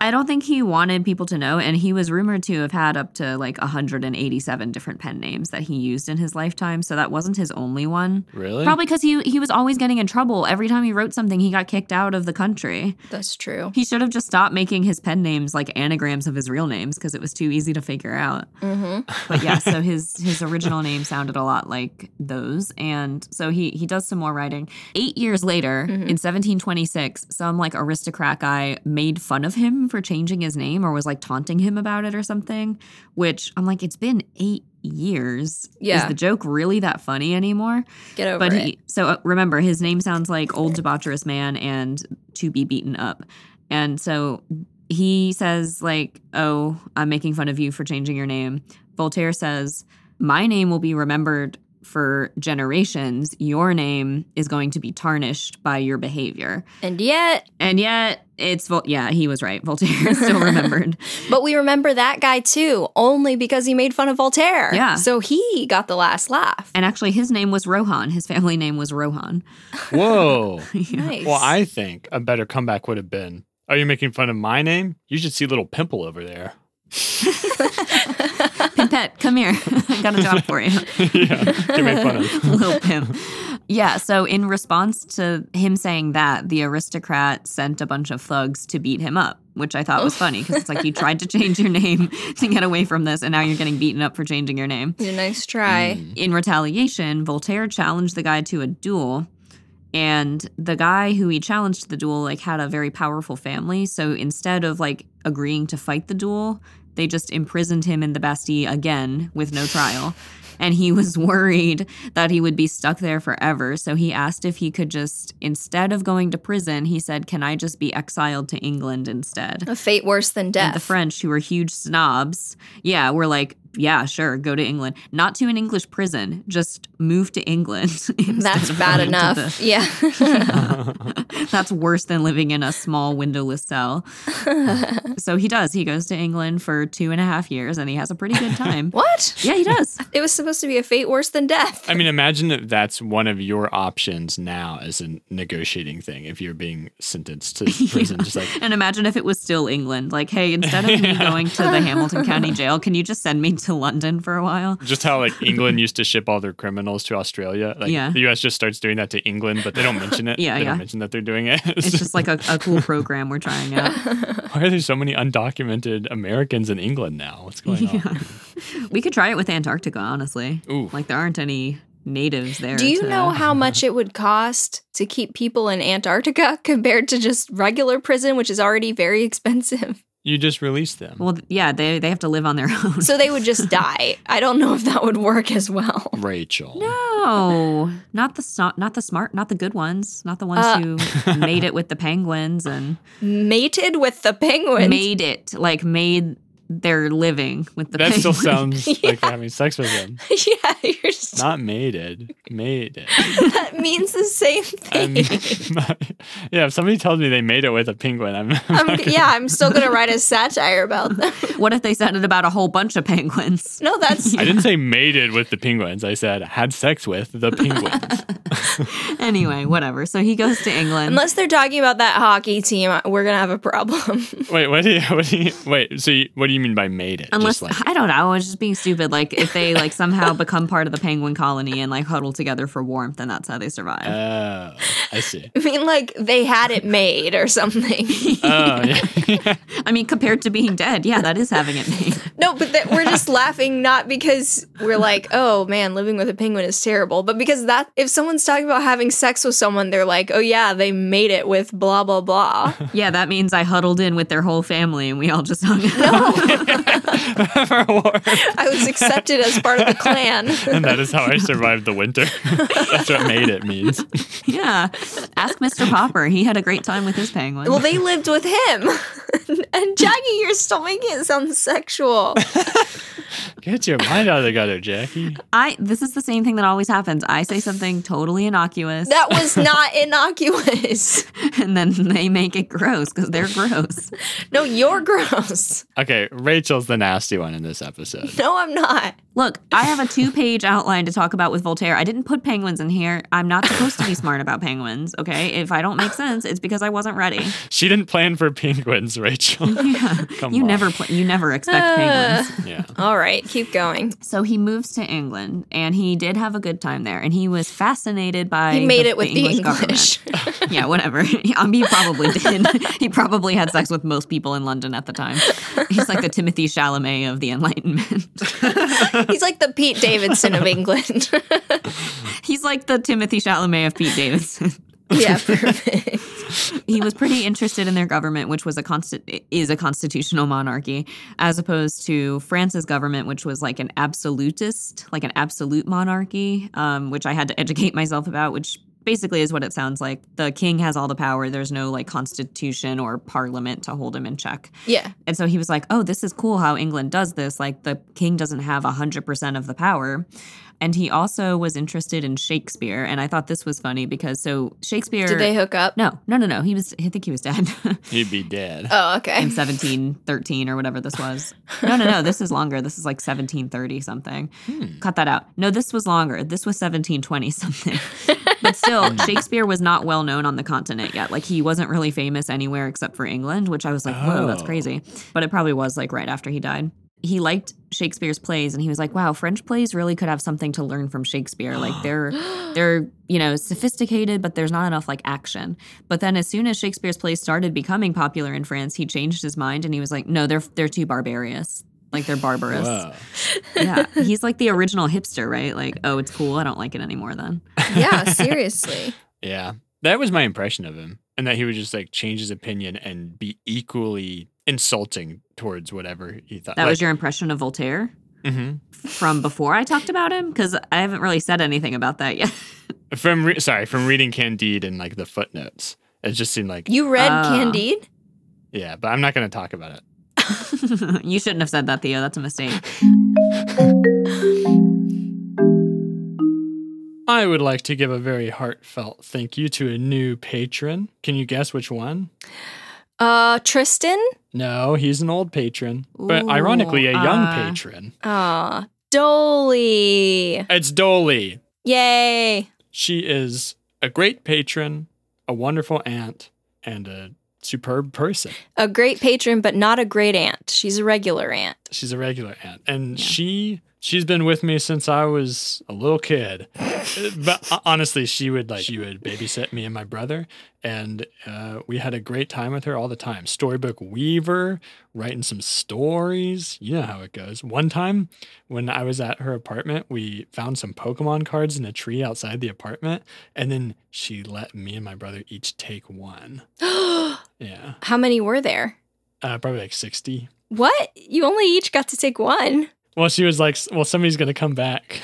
[SPEAKER 1] I don't think he wanted people to know, and he was rumored to have had up to like 187 different pen names that he used in his lifetime. So that wasn't his only one.
[SPEAKER 3] Really?
[SPEAKER 1] Probably because he he was always getting in trouble. Every time he wrote something, he got kicked out of the country.
[SPEAKER 2] That's true.
[SPEAKER 1] He should have just stopped making his pen names like anagrams of his real names because it was too easy to figure out.
[SPEAKER 2] Mm-hmm.
[SPEAKER 1] But yeah, so his his original name sounded a lot like those, and so he he does some more writing. Eight years later,
[SPEAKER 2] Mhm.
[SPEAKER 1] in 1726, some like aristocrat guy made fun of him for changing his name or was like taunting him about it or something. Which I'm like, it's been eight years.
[SPEAKER 2] Yeah.
[SPEAKER 1] is the joke really that funny anymore?
[SPEAKER 2] Get over
[SPEAKER 1] But
[SPEAKER 2] it.
[SPEAKER 1] he, so uh, remember, his name sounds like Old Debaucherous Man and To Be Beaten Up. And so he says, like, oh, I'm making fun of you for changing your name. Voltaire says, my name will be remembered for generations. Your name is going to be tarnished by your behavior.
[SPEAKER 2] and yet,
[SPEAKER 1] And yet, it's, Vol- yeah, he was right. Voltaire is still remembered.
[SPEAKER 2] but we remember that guy too, only because he made fun of Voltaire.
[SPEAKER 1] Yeah.
[SPEAKER 2] So he got the last laugh.
[SPEAKER 1] And actually, his name was Rohan. His family name was Rohan.
[SPEAKER 3] Whoa.
[SPEAKER 2] Nice.
[SPEAKER 3] Well, I think a better comeback would have been. Are you making fun of my name? You should see little pimple over there.
[SPEAKER 1] Pimpette, come here. I got a job for you.
[SPEAKER 3] yeah, get made fun of.
[SPEAKER 1] Little Pimp. Yeah, so in response to him saying that, the aristocrat sent a bunch of thugs to beat him up. which I
[SPEAKER 3] Oh.
[SPEAKER 1] thought was funny because it's like you tried to change your name to get away from this, and now you're getting beaten up for changing your name.
[SPEAKER 2] Yeah, nice try.
[SPEAKER 3] Mm.
[SPEAKER 1] In retaliation, Voltaire challenged the guy to a duel. And the guy who he challenged to the duel like had a very powerful family, so instead of like agreeing to fight the duel, they just imprisoned him in the Bastille again with no trial. And he was worried that he would be stuck there forever, so he asked if he could just instead of going to prison, he said, "Can I just be exiled to England instead?"
[SPEAKER 2] A fate worse than
[SPEAKER 1] And
[SPEAKER 2] death.
[SPEAKER 1] the French, who were huge snobs, yeah, were like, yeah, sure, go to England. Not to an English prison, just move to England. instead
[SPEAKER 2] That's
[SPEAKER 1] of
[SPEAKER 2] bad
[SPEAKER 1] going to
[SPEAKER 2] enough.
[SPEAKER 1] the-
[SPEAKER 2] Yeah.
[SPEAKER 1] That's worse than living in a small windowless cell. so he does. He goes to England for two and a half years and he has a pretty good time.
[SPEAKER 2] what?
[SPEAKER 1] yeah, he does.
[SPEAKER 2] It was supposed to be a fate worse than death.
[SPEAKER 3] I mean, imagine that that's one of your options now as a negotiating thing if you're being sentenced to prison. Just like,
[SPEAKER 1] And imagine if it was still England. Like, hey, instead of me going to the Hamilton County Jail, can you just send me to London for a while?
[SPEAKER 3] just how like England used to ship all their criminals to Australia. Like
[SPEAKER 1] Yeah.
[SPEAKER 3] the US just starts doing that to England, but they don't mention it.
[SPEAKER 1] Yeah,
[SPEAKER 3] they
[SPEAKER 1] yeah.
[SPEAKER 3] don't mention that they're doing it.
[SPEAKER 1] It's just like a, a cool program we're trying out.
[SPEAKER 3] why are there so many undocumented Americans in England now? What's going on?
[SPEAKER 1] We could try it with Antarctica, honestly.
[SPEAKER 3] Ooh.
[SPEAKER 1] Like there aren't any natives there.
[SPEAKER 2] Do you
[SPEAKER 1] to-
[SPEAKER 2] know how much it would cost to keep people in Antarctica compared to just regular prison, which is already very expensive?
[SPEAKER 3] You just release them.
[SPEAKER 1] Well, th- yeah, they they have to live on their own.
[SPEAKER 2] So they would just die. I don't know if that would work as well.
[SPEAKER 3] Rachel.
[SPEAKER 1] no, not the so- not the smart, not the good ones, not the ones
[SPEAKER 2] Uh.
[SPEAKER 1] who made it with the penguins and
[SPEAKER 2] Mated with the penguins.
[SPEAKER 1] made it like made their living with the
[SPEAKER 3] That still
[SPEAKER 1] penguins.
[SPEAKER 3] sounds like they're having sex with them.
[SPEAKER 2] yeah, you're just,
[SPEAKER 3] Not mated. Mated.
[SPEAKER 2] that means the same
[SPEAKER 3] I
[SPEAKER 2] thing.
[SPEAKER 3] mean, yeah, if somebody tells me they made it with a penguin, I'm,
[SPEAKER 2] I'm, yeah, I'm still gonna write a satire about them.
[SPEAKER 1] what if they said it about a whole bunch of penguins?
[SPEAKER 2] No, that's
[SPEAKER 3] I didn't say mated with the penguins. I said had sex with the penguins.
[SPEAKER 1] Anyway, whatever. So he goes to England.
[SPEAKER 2] unless they're talking about that hockey team, we're gonna have a problem.
[SPEAKER 3] wait, what do you? What do you? Wait. So you, what do you mean by mated?
[SPEAKER 1] Unless
[SPEAKER 3] Just like,
[SPEAKER 1] I don't know, I was just being stupid. Like if they like somehow become part of the penguin colony and like huddle together for warmth, then that's how they survive.
[SPEAKER 3] oh, I see.
[SPEAKER 2] I mean, like they had it made or something.
[SPEAKER 3] Oh, yeah.
[SPEAKER 1] I mean, compared to being dead, yeah, that is having it made.
[SPEAKER 2] No, but that we're just laughing not because we're like, oh man, living with a penguin is terrible, but because that if someone's talking about having sex with someone, they're like, oh yeah, they made it with blah blah blah.
[SPEAKER 1] Yeah, that means I huddled in with their whole family and we all just hung out.
[SPEAKER 3] For war.
[SPEAKER 2] I was accepted as part of the clan.
[SPEAKER 3] And that is how I survived the winter. That's what made it means.
[SPEAKER 1] yeah. Ask Mr. Popper. He had a great time with his penguin.
[SPEAKER 2] Well, they lived with him. and Jackie, you're still making it sound sexual.
[SPEAKER 3] Get your mind out of the gutter, Jackie.
[SPEAKER 1] I this is the same thing that always happens. I say something totally innocuous
[SPEAKER 2] That was not innocuous.
[SPEAKER 1] and then they make it gross because they're gross.
[SPEAKER 2] No, you're gross.
[SPEAKER 3] Okay, Rachel's the nasty one in this episode.
[SPEAKER 2] No, I'm not.
[SPEAKER 1] Look, I have a two-page outline to talk about with Voltaire. I didn't put penguins in here. I'm not supposed to be smart about penguins, okay? If I don't make sense, it's because I wasn't ready.
[SPEAKER 3] She didn't plan for penguins, Rachel.
[SPEAKER 1] Yeah.
[SPEAKER 3] Come
[SPEAKER 1] you
[SPEAKER 3] on.
[SPEAKER 1] never pl- you never expect penguins.
[SPEAKER 3] Yeah.
[SPEAKER 2] Uh, All right, keep going.
[SPEAKER 1] So he moves to England, and he did have a good time there, and he was fascinated by.
[SPEAKER 2] He made it with the
[SPEAKER 1] English government.
[SPEAKER 2] English.
[SPEAKER 1] yeah, whatever. Um, he probably did. he probably had sex with most people in London at the time. He's like the Timothy Chalamet of the Enlightenment.
[SPEAKER 2] He's like the Pete Davidson of England.
[SPEAKER 1] He's like the Timothy Chalamet of Pete Davidson.
[SPEAKER 2] yeah, perfect.
[SPEAKER 1] he was pretty interested in their government, which was a constant is a constitutional monarchy, as opposed to France's government, which was like an absolutist, like an absolute monarchy, um, which I had to educate myself about, which basically is what it sounds like. The king has all the power. There's no like constitution or parliament to hold him in check.
[SPEAKER 2] Yeah.
[SPEAKER 1] And so he was like, oh, this is cool how England does this. Like the king doesn't have 100% of the power. And he also was interested in Shakespeare. And I thought this was funny because so Shakespeare.
[SPEAKER 2] Did they hook up?
[SPEAKER 1] No, no, no, no. He was. I think he was dead
[SPEAKER 3] He'd be dead.
[SPEAKER 2] Oh,
[SPEAKER 1] in
[SPEAKER 2] okay.
[SPEAKER 1] 1713 or whatever this was. No, no, no. This is longer. This is like 1730 something. Cut that out. No, this was longer. This was 1720 something. But still, Shakespeare was not well known on the continent yet. Like he wasn't really famous anywhere except for England, which I was like, whoa, that's
[SPEAKER 3] Oh.
[SPEAKER 1] crazy. But it probably was like right after he died. he liked Shakespeare's plays and he was like, wow, French plays really could have something to learn from Shakespeare. Like they're they're, you know, sophisticated, but there's not enough like action. But then as soon as Shakespeare's plays started becoming popular in France, he changed his mind and he was like, no, they're they're too barbarous. Like they're barbarous.
[SPEAKER 3] Wow.
[SPEAKER 1] Yeah. He's like the original hipster, right? Like, oh, it's cool. I don't like it anymore then.
[SPEAKER 2] yeah, seriously.
[SPEAKER 3] Yeah. That was my impression of him. And that he would just like change his opinion and be equally insulting towards whatever he thought.
[SPEAKER 1] That was your impression of Voltaire
[SPEAKER 3] hmm
[SPEAKER 1] from before I talked about him? Because I haven't really said anything about that yet.
[SPEAKER 3] From re- sorry, from reading Candide and like the footnotes, it just seemed like
[SPEAKER 2] You read
[SPEAKER 1] Ah.
[SPEAKER 2] Candide?
[SPEAKER 3] yeah. But I'm not going to talk about it.
[SPEAKER 1] you shouldn't have said that, Theo. That's a mistake.
[SPEAKER 3] I would like to give a very heartfelt thank you to a new patron. Can you guess which one?
[SPEAKER 2] Uh, Tristan?
[SPEAKER 3] No, he's an old patron, but
[SPEAKER 1] Ooh,
[SPEAKER 3] ironically, a young
[SPEAKER 1] uh,
[SPEAKER 3] patron.
[SPEAKER 2] Ah, Dolly.
[SPEAKER 3] It's Dolly.
[SPEAKER 2] Yay.
[SPEAKER 3] She is a great patron, a wonderful aunt, and a superb person.
[SPEAKER 2] A great patron, but not a great aunt. She's a regular aunt.
[SPEAKER 3] She's a regular aunt, and
[SPEAKER 1] Yeah.
[SPEAKER 3] she she's been with me since I was a little kid. Uh, but ho- honestly, she would like she would babysit me and my brother, and uh, we had a great time with her all the time. Storybook Weaver, writing some stories. You know how it goes. One time, when I was at her apartment, we found some Pokemon cards in a tree outside the apartment, and then she let me and my brother each take one.
[SPEAKER 2] How
[SPEAKER 3] Yeah,
[SPEAKER 2] many were there?
[SPEAKER 3] uh, probably like sixty.
[SPEAKER 2] What? You only each got to take one.
[SPEAKER 3] Well, she was like, "Well, somebody's gonna come back."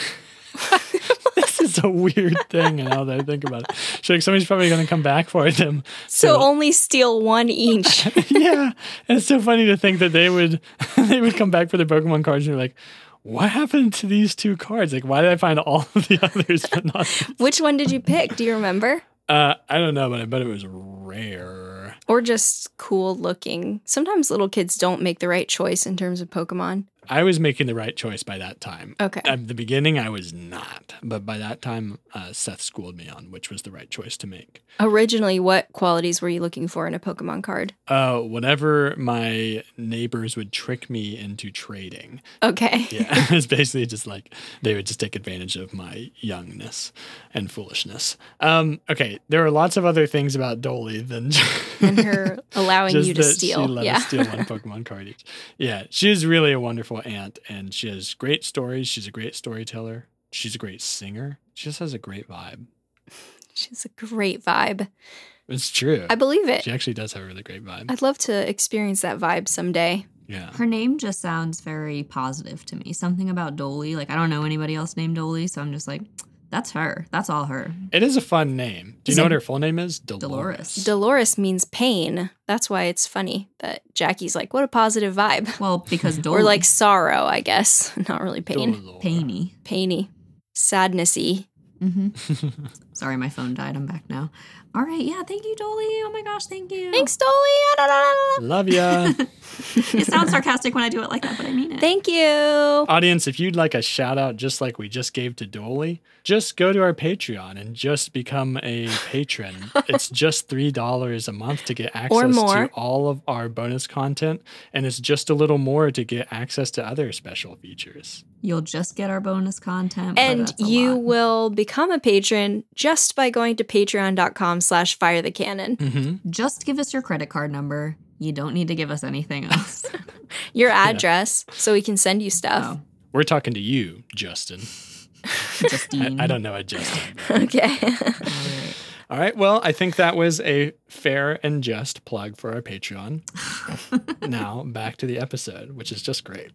[SPEAKER 3] this is a weird thing, and now that I think about it, she's like, "Somebody's probably gonna come back for them."
[SPEAKER 2] So
[SPEAKER 3] So-
[SPEAKER 2] only steal one each.
[SPEAKER 3] yeah, and it's so funny to think that they would they would come back for their Pokemon cards, and you're like, "What happened to these two cards? Like, why did I find all of the others but not?"
[SPEAKER 2] Which one did you pick? Do you remember?
[SPEAKER 3] Uh, I don't know, but I bet it was rare.
[SPEAKER 2] Or just cool looking. Sometimes little kids don't make the right choice in terms of Pokemon.
[SPEAKER 3] I was making the right choice by that time.
[SPEAKER 2] Okay.
[SPEAKER 3] At the beginning, I was not, but by that time, uh, Seth schooled me on which was the right choice to make.
[SPEAKER 2] Originally, what qualities were you looking for in a Pokemon card?
[SPEAKER 3] Uh, whenever my neighbors would trick me into trading,
[SPEAKER 2] Okay.
[SPEAKER 3] yeah, it's basically just like they would just take advantage of my youngness and foolishness. Um, okay, there are lots of other things about Dolly than
[SPEAKER 2] And her allowing
[SPEAKER 3] just
[SPEAKER 2] you to
[SPEAKER 3] that she
[SPEAKER 2] steal.
[SPEAKER 3] let
[SPEAKER 2] Yeah.
[SPEAKER 3] us steal one Pokemon card each. Yeah, she is really a wonderful aunt, and she has great stories. She's a great storyteller. She's a great singer. She just has a great vibe.
[SPEAKER 2] She's a great vibe.
[SPEAKER 3] It's true.
[SPEAKER 2] I believe it.
[SPEAKER 3] she actually does have a really great vibe.
[SPEAKER 2] I'd love to experience that vibe someday.
[SPEAKER 3] Yeah.
[SPEAKER 1] Her name just sounds very positive to me. Something about Dolly. Like I don't know anybody else named Dolly, so I'm just like, that's her. That's all her.
[SPEAKER 3] It is a fun name. Do you
[SPEAKER 2] Is
[SPEAKER 3] know
[SPEAKER 2] it-
[SPEAKER 3] what her full name is? Dolores.
[SPEAKER 2] Dolores means pain. That's why it's funny that Jackie's like, what a positive vibe.
[SPEAKER 1] Well, because Dolly
[SPEAKER 2] Or like sorrow, I guess. Not really pain.
[SPEAKER 3] Dolor.
[SPEAKER 1] painy.
[SPEAKER 2] Painy. Sadnessy.
[SPEAKER 1] hmm
[SPEAKER 2] mm-hmm.
[SPEAKER 1] Sorry, my phone died. I'm back now. All right, yeah. Thank you, Dolly. Oh my gosh, thank you.
[SPEAKER 2] Thanks, Dolly.
[SPEAKER 3] Love ya.
[SPEAKER 1] it sounds sarcastic when I do it like that, but I mean it.
[SPEAKER 2] Thank you.
[SPEAKER 3] Audience, if you'd like a shout out just like we just gave to Dolly, just go to our Patreon and just become a patron. it's just $3 a month to get access
[SPEAKER 2] more.
[SPEAKER 3] to all of our bonus content, and it's just a little more to get access to other special features.
[SPEAKER 1] You'll just get our bonus content, but
[SPEAKER 2] And
[SPEAKER 1] that's a
[SPEAKER 2] you
[SPEAKER 1] lot.
[SPEAKER 2] will become a patron just by going to patreon.com slash fire the cannon.
[SPEAKER 3] Mm-hmm.
[SPEAKER 1] just give us your credit card number. You don't need to give us anything else.
[SPEAKER 2] Your address so we can send you stuff.
[SPEAKER 1] oh,
[SPEAKER 3] We're talking to you, Justin.
[SPEAKER 1] Justine.
[SPEAKER 3] I, I don't know a Justin.
[SPEAKER 2] Okay.
[SPEAKER 1] All right.
[SPEAKER 3] All right. Well, I think that was a fair and just plug for our Patreon. now back to the episode, which is just great.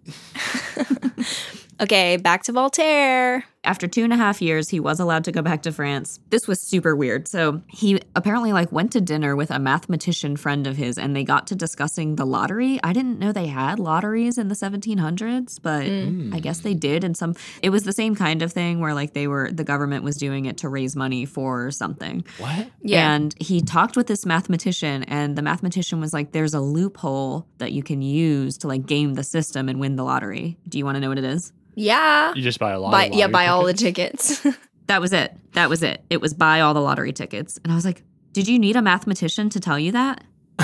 [SPEAKER 2] okay, back to Voltaire.
[SPEAKER 1] after two and a half years he was allowed to go back to france this was super weird so he apparently like went to dinner with a mathematician friend of his and they got to discussing the lottery i didn't know they had lotteries in the 1700s but
[SPEAKER 2] Mm,
[SPEAKER 3] Hmm.
[SPEAKER 1] i guess they did and some it was the same kind of thing where like they were the government was doing it to raise money for something
[SPEAKER 3] What?
[SPEAKER 2] Yeah.
[SPEAKER 1] and he talked with this mathematician, and the mathematician was like, There's a loophole that you can use to like game the system and win the lottery. Do you want to know what it is?
[SPEAKER 2] Yeah.
[SPEAKER 3] You just buy a lot.
[SPEAKER 2] Buy,
[SPEAKER 3] of
[SPEAKER 2] yeah,
[SPEAKER 3] lottery
[SPEAKER 2] buy all the
[SPEAKER 3] tickets?
[SPEAKER 2] tickets.
[SPEAKER 1] That was it. That was it. It was buy all the lottery tickets. And I was like, did you need a mathematician to tell you that?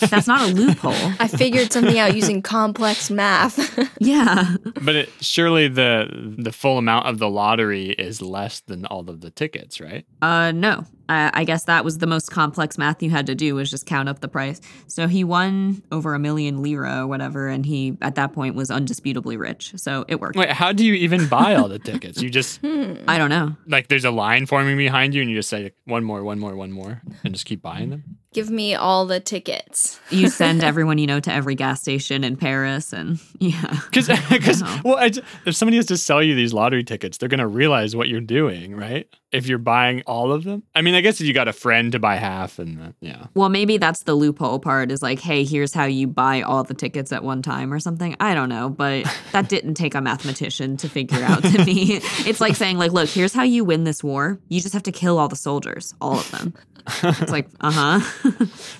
[SPEAKER 1] That's not a loophole.
[SPEAKER 2] I figured something out using complex math.
[SPEAKER 1] yeah.
[SPEAKER 3] But it, surely the the full amount of the lottery is less than all of the tickets, right?
[SPEAKER 1] Uh, no. I, I guess that was the most complex math you had to do was just count up the price. So he won over a million lira or whatever, and he at that point was undisputably rich. So it worked.
[SPEAKER 3] Wait, how do you even buy all the tickets? You just
[SPEAKER 2] Hmm.
[SPEAKER 1] I don't know.
[SPEAKER 3] like there's a line forming behind you, and you just say one more, one more, one more, and just keep buying them.
[SPEAKER 2] Give me all the tickets.
[SPEAKER 1] You send everyone you know to every gas station in Paris, and yeah.
[SPEAKER 3] Because
[SPEAKER 1] Wow.
[SPEAKER 3] well, I, ju- if somebody has to sell you these lottery tickets, they're gonna realize what you're doing, right? If you're buying all of them, I mean, I guess if you got a friend to buy half, and uh, yeah,
[SPEAKER 1] Well, maybe that's the loophole part is like, hey, here's how you buy all the tickets at one time or something. I don't know, but that didn't take a mathematician to figure out to me. It's like saying, like, look, here's how you win this war. You just have to kill all the soldiers, all of them. It's like, uh huh.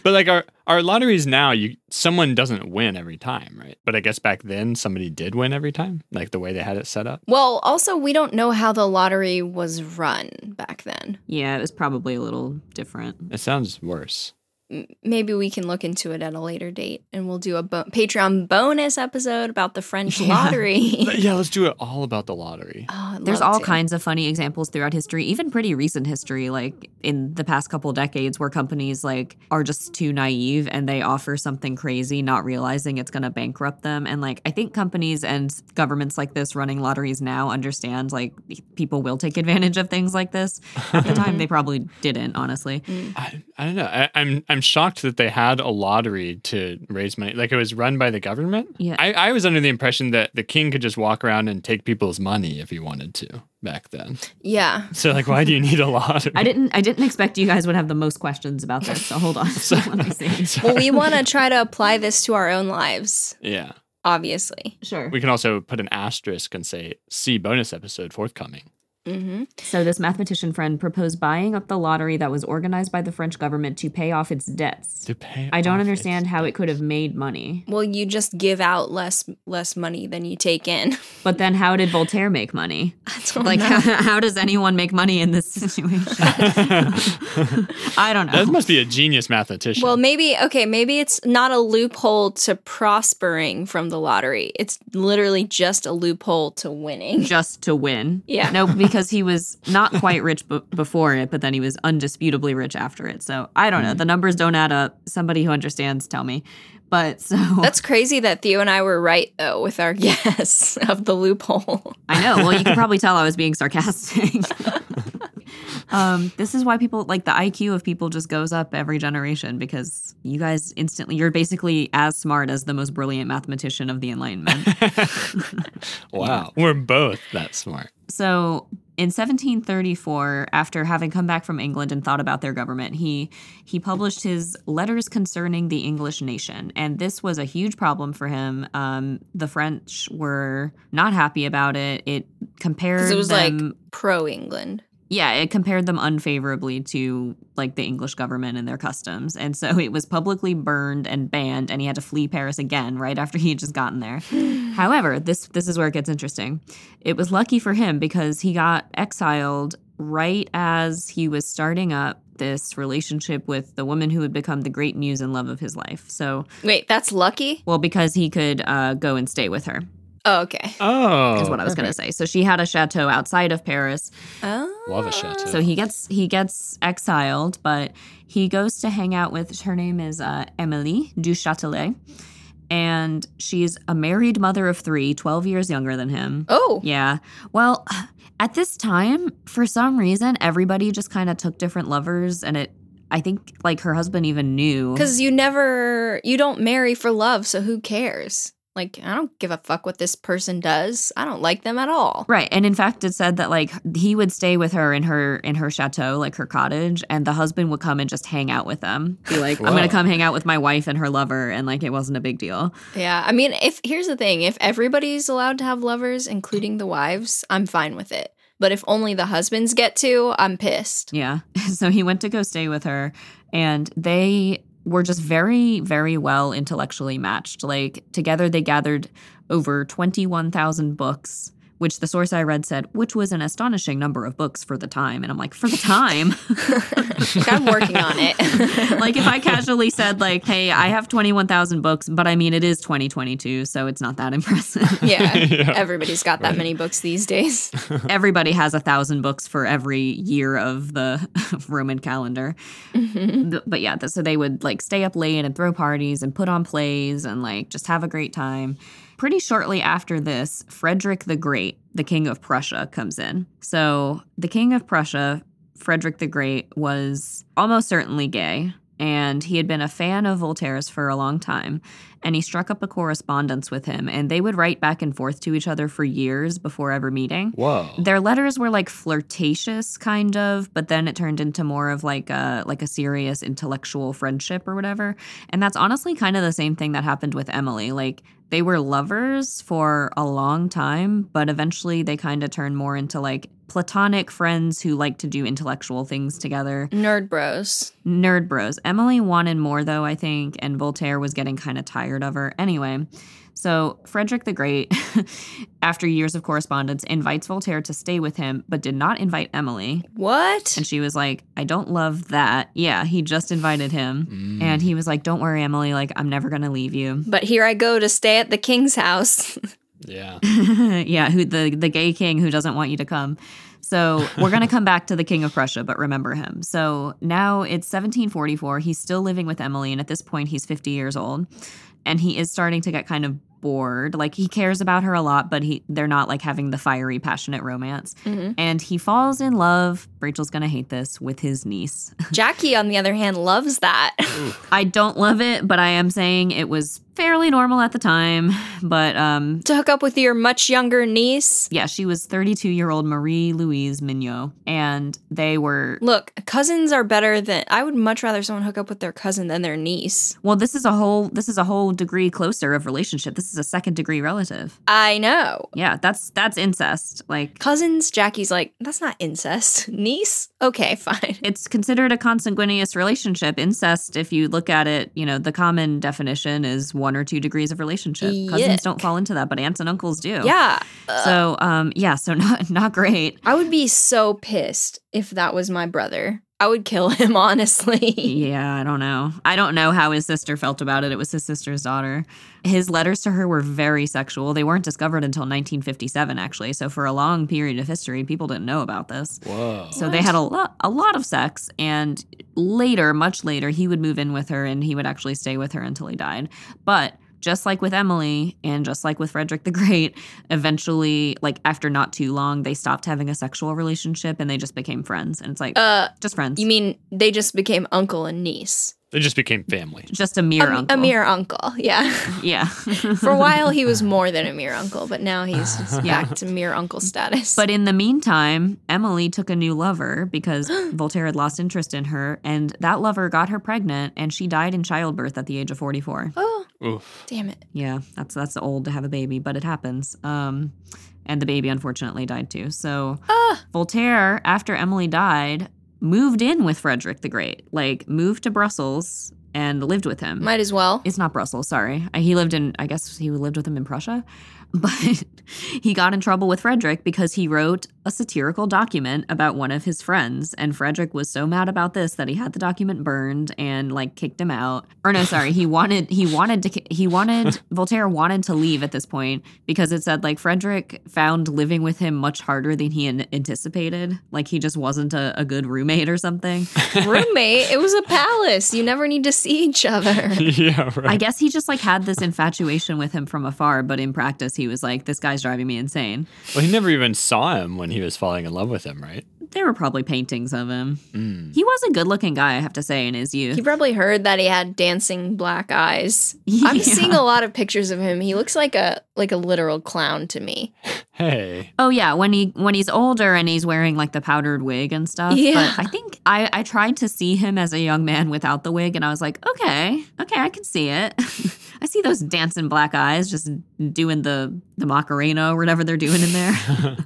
[SPEAKER 3] but like our our lotteries now, you someone doesn't win every time, right? But I guess back then somebody did win every time, like the way they had it set up.
[SPEAKER 2] Well, also, we don't know how the lottery was run back then.
[SPEAKER 1] yeah, it was probably a little different.
[SPEAKER 3] It sounds worse.
[SPEAKER 2] M- Maybe we can look into it at a later date and we'll do a bo- Patreon bonus episode about the French
[SPEAKER 1] Yeah.
[SPEAKER 2] lottery.
[SPEAKER 3] yeah, let's do it all about the lottery.
[SPEAKER 2] Oh, I'd
[SPEAKER 1] There's
[SPEAKER 2] love
[SPEAKER 1] all
[SPEAKER 2] to.
[SPEAKER 1] kinds of funny examples throughout history, even pretty recent history, like in the past couple decades where companies like are just too naive and they offer something crazy, not realizing it's gonna bankrupt them. And like I think companies and governments like this running lotteries now understand like people will take advantage of things like this. At the time they probably didn't, honestly.
[SPEAKER 3] I, I don't know. I, I'm I'm shocked that they had a lottery to raise money. Like it was run by the government.
[SPEAKER 1] Yeah.
[SPEAKER 3] I, I was under the impression that the king could just walk around and take people's money if he wanted to back then.
[SPEAKER 2] Yeah.
[SPEAKER 3] So like, why do you need a lottery?
[SPEAKER 1] I didn't I didn't expect you guys would have the most questions about this, so hold on. Let me see.
[SPEAKER 2] Well, we want to try to apply this to our own lives,
[SPEAKER 3] yeah.
[SPEAKER 2] obviously.
[SPEAKER 1] Sure.
[SPEAKER 3] We can also put an asterisk and say see bonus episode forthcoming.
[SPEAKER 2] hmm
[SPEAKER 1] So, this mathematician friend proposed buying up the lottery that was organized by the French government to pay off its debts.
[SPEAKER 3] To pay
[SPEAKER 1] I
[SPEAKER 3] off
[SPEAKER 1] don't
[SPEAKER 3] its
[SPEAKER 1] understand how it
[SPEAKER 3] debts.
[SPEAKER 1] could have made money.
[SPEAKER 2] Well, you just give out less less money than you take in.
[SPEAKER 1] But then, how did Voltaire make money?
[SPEAKER 2] I don't
[SPEAKER 1] Like,
[SPEAKER 2] know.
[SPEAKER 1] how, does anyone make money in this situation? I don't
[SPEAKER 3] That
[SPEAKER 1] know.
[SPEAKER 3] must be a genius mathematician.
[SPEAKER 2] Well, maybe okay, maybe it's not a loophole to prospering from the lottery. It's literally just a loophole to winning.
[SPEAKER 1] Just to win.
[SPEAKER 2] Yeah.
[SPEAKER 1] No, because he was not quite rich b- before it, but then he was undisputably rich after it. So, I don't know.
[SPEAKER 3] Hmm.
[SPEAKER 1] The numbers don't add up. Somebody who understands, tell me. But so.
[SPEAKER 2] That's crazy that Theo and I were right though with our guess of the loophole.
[SPEAKER 1] I know. Well, you can probably tell I was being sarcastic. um, this is why people like the IQ of people just goes up every generation because you guys instantly you're basically as smart as the most brilliant mathematician of the Enlightenment.
[SPEAKER 3] wow. We're both that smart.
[SPEAKER 1] so in 1734 after having come back from england and thought about their government he he published his letters concerning the english nation and this was a huge problem for him um, the french were not happy about it it compared
[SPEAKER 2] Because it was
[SPEAKER 1] them,
[SPEAKER 2] like pro England.
[SPEAKER 1] yeah, it compared them unfavorably to like the English government and their customs. And so it was publicly burned and banned and he had to flee Paris again right after he had just gotten there. However, this this is where it gets interesting. It was lucky for him because he got exiled right as he was starting up this relationship with the woman who would become the great muse and love of his life. So,
[SPEAKER 2] Wait, that's lucky?
[SPEAKER 1] well, because he could uh, go and stay with her,
[SPEAKER 2] Oh, okay.
[SPEAKER 3] Oh,
[SPEAKER 1] is what I was going to say. So she had a chateau outside of Paris
[SPEAKER 2] Oh.
[SPEAKER 3] Love a chateau.
[SPEAKER 1] So he gets he gets exiled, but he goes to hang out with her name is uh, Emily du Châtelet, and she's a married mother of three, 12 years younger than him.
[SPEAKER 2] Oh.
[SPEAKER 1] Yeah. Well, at this time, for some reason, everybody just kind of took different lovers, and it. I think like her husband even knew
[SPEAKER 2] Because you never, you don't marry for love, so who cares? Like, I don't give a fuck what this person does. I don't like them at all.
[SPEAKER 1] Right. And in fact it said that like he would stay with her in her in her chateau, like her cottage, and the husband would come and just hang out with them. Be like, I'm
[SPEAKER 3] Wow.
[SPEAKER 1] gonna come hang out with my wife and her lover and like it wasn't a big deal.
[SPEAKER 2] Yeah. I mean, if here's the thing if everybody's allowed to have lovers, including the wives, I'm fine with it. But if only the husbands get to, I'm pissed.
[SPEAKER 1] Yeah. So he went to go stay with her and they were just very, very well intellectually matched. Like together they gathered over twenty one thousand books. which the source I read said, which was an astonishing number of books for the time. And I'm like, for the time?
[SPEAKER 2] I'm working on it.
[SPEAKER 1] like, if I casually said, like, hey, I have 21,000 books, but I mean, it is 2022, so it's not that impressive.
[SPEAKER 2] yeah,
[SPEAKER 3] Yeah.
[SPEAKER 2] everybody's got that many books these days.
[SPEAKER 1] Everybody has a thousand books for every year of the Roman calendar.
[SPEAKER 2] Mhm.
[SPEAKER 1] Th- But yeah, th- so they would like stay up late and throw parties and put on plays and like just have a great time. Pretty shortly after this, Frederick the Great, the King of Prussia, comes in. So the King of Prussia, Frederick the Great, was almost certainly gay. And he had been a fan of Voltaire's for a long time, and he struck up a correspondence with him, and they would write back and forth to each other for years before ever meeting
[SPEAKER 3] Whoa.
[SPEAKER 1] their letters were like flirtatious kind of but then it turned into more of like a like a serious intellectual friendship or whatever and that's honestly kind of the same thing that happened with emily like they were lovers for a long time but eventually they kind of turned more into like platonic friends who like to do intellectual things together
[SPEAKER 2] Nerd bros.
[SPEAKER 1] nerd bros. Emily wanted more, though, I think, and Voltaire was getting kind of tired of her. Anyway, so Frederick the Great, after years of correspondence, invites Voltaire to stay with him, but did not invite Emily.
[SPEAKER 2] What?
[SPEAKER 1] And she was like, I don't love that. Yeah, he just invited him.
[SPEAKER 3] Mm.
[SPEAKER 1] And he was like, Don't worry, Emily, like, I'm never going to leave you.
[SPEAKER 2] But here I go to stay at the king's house.
[SPEAKER 3] yeah.
[SPEAKER 1] yeah, who the the gay king who doesn't want you to come. So we're gonna come back to the king of Prussia, but remember him. So now it's 1744. He's still living with Emily, and at this point, he's 50 years old, and he is starting to get kind of bored. Like he cares about her a lot, but he they're not like having the fiery, passionate romance.
[SPEAKER 2] Mhm.
[SPEAKER 1] And he falls in love. Rachel's gonna hate this with his niece.
[SPEAKER 2] Jackie, on the other hand, loves that.
[SPEAKER 1] I don't love it, but I am saying it was fairly normal at the time. But um,
[SPEAKER 2] to hook up with your much younger niece.
[SPEAKER 1] Yeah, she was 32 year old Marie Louise Mignot, and they were.
[SPEAKER 2] Look, cousins are better than I would much rather someone hook up with their cousin than their niece.
[SPEAKER 1] Well, this is a whole this is a whole degree closer of relationship. This is a second degree relative.
[SPEAKER 2] I know.
[SPEAKER 1] Yeah, that's that's incest. Like
[SPEAKER 2] Cousins, Jackie's like, that's not incest. Niece? Okay, fine.
[SPEAKER 1] it's considered a consanguineous relationship. Incest, if you look at it, you know, the common definition is one or two degrees of relationship. Cousins
[SPEAKER 2] Yuck.
[SPEAKER 1] don't fall into that, but aunts and uncles do.
[SPEAKER 2] Yeah. Uh,
[SPEAKER 1] So um yeah, so not not great.
[SPEAKER 2] I would be so pissed if that was my brother. I would kill him, honestly.
[SPEAKER 1] Yeah, I don't know. I don't know how his sister felt about it. It was his sister's daughter. His letters to her were very sexual. They weren't discovered until 1957, actually. So, for a long period of history, people didn't know about this.
[SPEAKER 3] Whoa.
[SPEAKER 1] So, they had a lot, a lot of sex. And later, much later, he would move in with her and he would actually stay with her until he died. But just like with Emily and just like with Frederick the Great, eventually, like after not too long, they stopped having a sexual relationship and they just became friends. And it's like,
[SPEAKER 2] Uh,
[SPEAKER 1] just friends.
[SPEAKER 2] you mean they just became uncle and niece?
[SPEAKER 3] They just became family.
[SPEAKER 1] just a mere
[SPEAKER 2] a,
[SPEAKER 1] uncle.
[SPEAKER 2] a mere uncle, yeah.
[SPEAKER 1] Yeah.
[SPEAKER 2] For a while, he was more than a mere uncle, but now he's just
[SPEAKER 1] Yeah.
[SPEAKER 2] back to mere uncle status.
[SPEAKER 1] but in the meantime, Emily took a new lover because Voltaire had lost interest in her, and that lover got her pregnant, and she died in childbirth at the age of 44.
[SPEAKER 2] oh,
[SPEAKER 3] Oof.
[SPEAKER 2] damn it.
[SPEAKER 1] Yeah, that's that's old to have a baby, but it happens. Um, and the baby unfortunately died too. So
[SPEAKER 2] Ah.
[SPEAKER 1] Voltaire, after Emily died, moved in with Frederick the Great, like moved to Brussels and lived with him.
[SPEAKER 2] Might as well.
[SPEAKER 1] It's not Brussels, sorry. Uh, He lived in, I guess he lived with him in Prussia, but he got in trouble with Frederick because he wrote a satirical document about one of his friends. And Frederick was so mad about this that he had the document burned and like kicked him out. Or no, sorry, he wanted, he wanted to, ki- he wanted, Voltaire wanted to leave at this point because it said like Frederick found living with him much harder than he an- anticipated. Like he just wasn't a, a good roommate or something.
[SPEAKER 2] roommate. It was a palace. You never need to see each other.
[SPEAKER 3] yeah, right.
[SPEAKER 1] I guess he just like had this infatuation with him from afar, but in practice he was like, This guy's driving me insane.
[SPEAKER 3] well, he never even saw him when he was falling in love with him, right?
[SPEAKER 1] There were probably paintings of him.
[SPEAKER 3] Mm.
[SPEAKER 1] He was a good looking guy, I have to say, in his
[SPEAKER 2] You
[SPEAKER 1] youth.
[SPEAKER 2] probably heard that he had dancing black eyes. I'm
[SPEAKER 1] Yeah.
[SPEAKER 2] seeing a lot of pictures of him. He looks like a like a literal clown to me.
[SPEAKER 3] Hey.
[SPEAKER 1] Oh yeah, when he when he's older and he's wearing like the powdered wig and stuff.
[SPEAKER 2] Yeah.
[SPEAKER 1] But I think I, I tried to see him as a young man without the wig and I was like, Okay, okay, I can see it. I see those dancing black eyes just doing the the Macarena or whatever they're doing in there.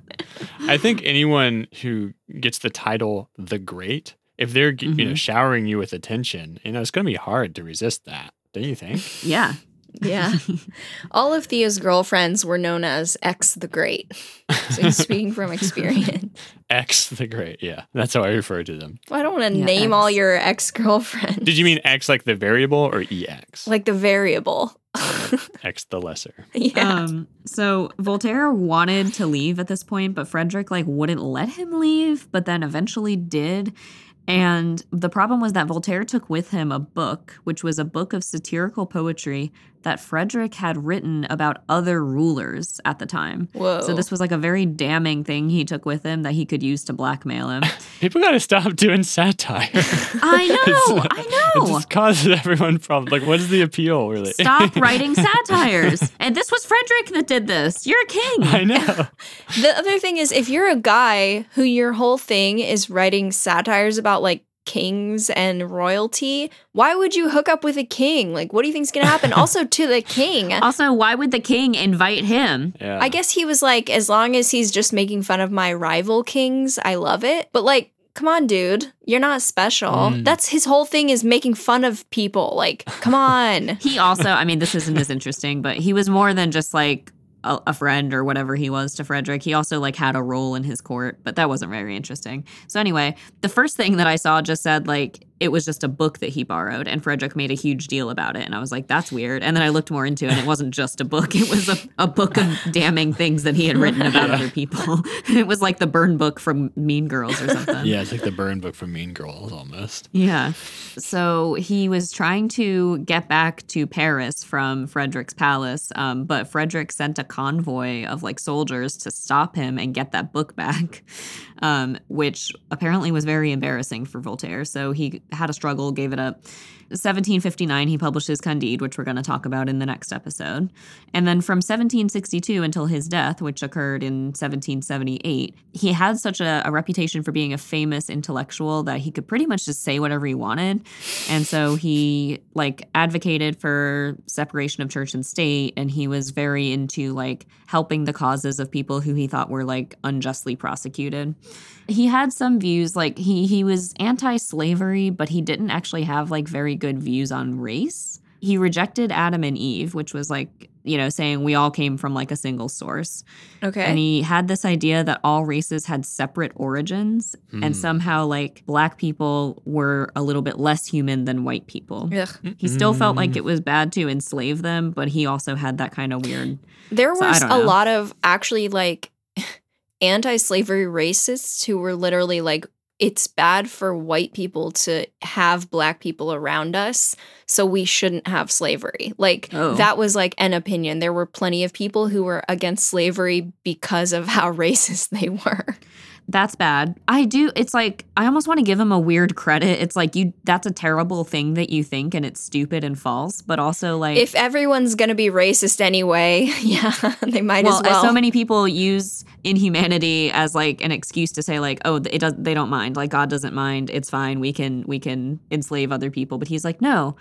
[SPEAKER 3] I think anyone who gets the title the great, if they're
[SPEAKER 1] Mm-hmm.
[SPEAKER 3] you know showering you with attention, you know it's going to be hard to resist that. Don't you think?
[SPEAKER 1] yeah.
[SPEAKER 2] Yeah. All of Thea's girlfriends were known as X the Great. So he's speaking from experience.
[SPEAKER 3] X the Great. Yeah, that's how I refer to them.
[SPEAKER 2] I don't want to
[SPEAKER 1] Yeah, X.
[SPEAKER 2] name all your ex girlfriends.
[SPEAKER 3] Did you mean X like the variable or EX?
[SPEAKER 2] Like the variable.
[SPEAKER 3] X the lesser.
[SPEAKER 2] yeah.
[SPEAKER 1] Um, so Voltaire wanted to leave at this point, but Frederick like wouldn't let him leave, but then eventually did. And the problem was that Voltaire took with him a book, which was a book of satirical poetry that Frederick had written about other rulers at the time.
[SPEAKER 2] Whoa.
[SPEAKER 3] Oh.
[SPEAKER 1] So this was like a very damning thing he took with him that he could use to blackmail him.
[SPEAKER 3] People gotta stop doing satire.
[SPEAKER 1] I know, I
[SPEAKER 3] It
[SPEAKER 1] know.
[SPEAKER 3] just causes everyone problems. Like, what is the appeal, really?
[SPEAKER 1] Stop writing satires. And this was Frederick that did this. You're a king.
[SPEAKER 3] I know.
[SPEAKER 2] The other thing is, if you're a guy who your whole thing is writing satires about like kings and royalty, why would you hook up with a king? Like, what do you think's gonna happen? also, to the king,
[SPEAKER 1] Also, why would the king invite him?
[SPEAKER 3] Yeah.
[SPEAKER 2] I guess he was like, as long as he's just making fun of my rival kings, I love it. But like, come on, dude, you're not special.
[SPEAKER 3] Mm.
[SPEAKER 2] That's his whole thing is making fun of people. Like, come on.
[SPEAKER 1] He also, I mean, this isn't as interesting, but he was more than just like a, a friend or whatever he was to Frederick. He also like had a role in his court, but that wasn't very interesting. So anyway, the first thing that I saw just said like it was just a book that he borrowed, and Frederick made a huge deal about it, and I was like, that's weird. And then I looked more into it, and it wasn't just a book; it was a, a book of damning things that he had written about other people. it was like the burn book from Mean Girls or something.
[SPEAKER 3] Yeah, it's like the burn book from Mean Girls almost.
[SPEAKER 1] Yeah. So he was trying to get back to Paris from Frederick's palace, um, but Frederick sent a convoy of like soldiers to stop him and get that book back, um, which apparently was very embarrassing for Voltaire. So he had a struggle, gave it up. 1759, he publishes Candide, which we're going to talk about in the next episode. And then from 1762 until his death, which occurred in 1778, he had such a, a reputation for being a famous intellectual that he could pretty much just say whatever he wanted. And so he like advocated for separation of church and state. And he was very into like helping the causes of people who he thought were like unjustly prosecuted he had some views like he he was anti-slavery but he didn't actually have like very good views on race he rejected adam and eve which was like you know saying we all came from like a single source and
[SPEAKER 2] Okay.
[SPEAKER 1] he had this idea that all races had separate origins
[SPEAKER 3] Hmm.
[SPEAKER 1] and somehow like black people were a little bit less human than white people
[SPEAKER 3] Hmm.
[SPEAKER 2] Ugh.
[SPEAKER 1] he still felt
[SPEAKER 3] Mm.
[SPEAKER 1] like it was bad to enslave them but he also had that kind of weird
[SPEAKER 2] There
[SPEAKER 1] So I
[SPEAKER 2] was
[SPEAKER 1] don't
[SPEAKER 2] a
[SPEAKER 1] know.
[SPEAKER 2] lot of actually like anti slavery racists who were literally like, it's bad for white people to have black people around us, so we shouldn't have slavery. Like,
[SPEAKER 1] Oh.
[SPEAKER 2] that was like an opinion. There were plenty of people who were against slavery because of how racist they were.
[SPEAKER 1] That's bad. I do. It's like I almost want to give him a weird credit. It's like you. That's a terrible thing that you think, and it's stupid and false. But also, like,
[SPEAKER 2] If everyone's going to be racist anyway, yeah, they might
[SPEAKER 1] well,
[SPEAKER 2] as well.
[SPEAKER 1] so many people use inhumanity as like an excuse to say like, oh, it does. They don't mind. Like God doesn't mind. It's fine. We can we can enslave other people. But he's like, no,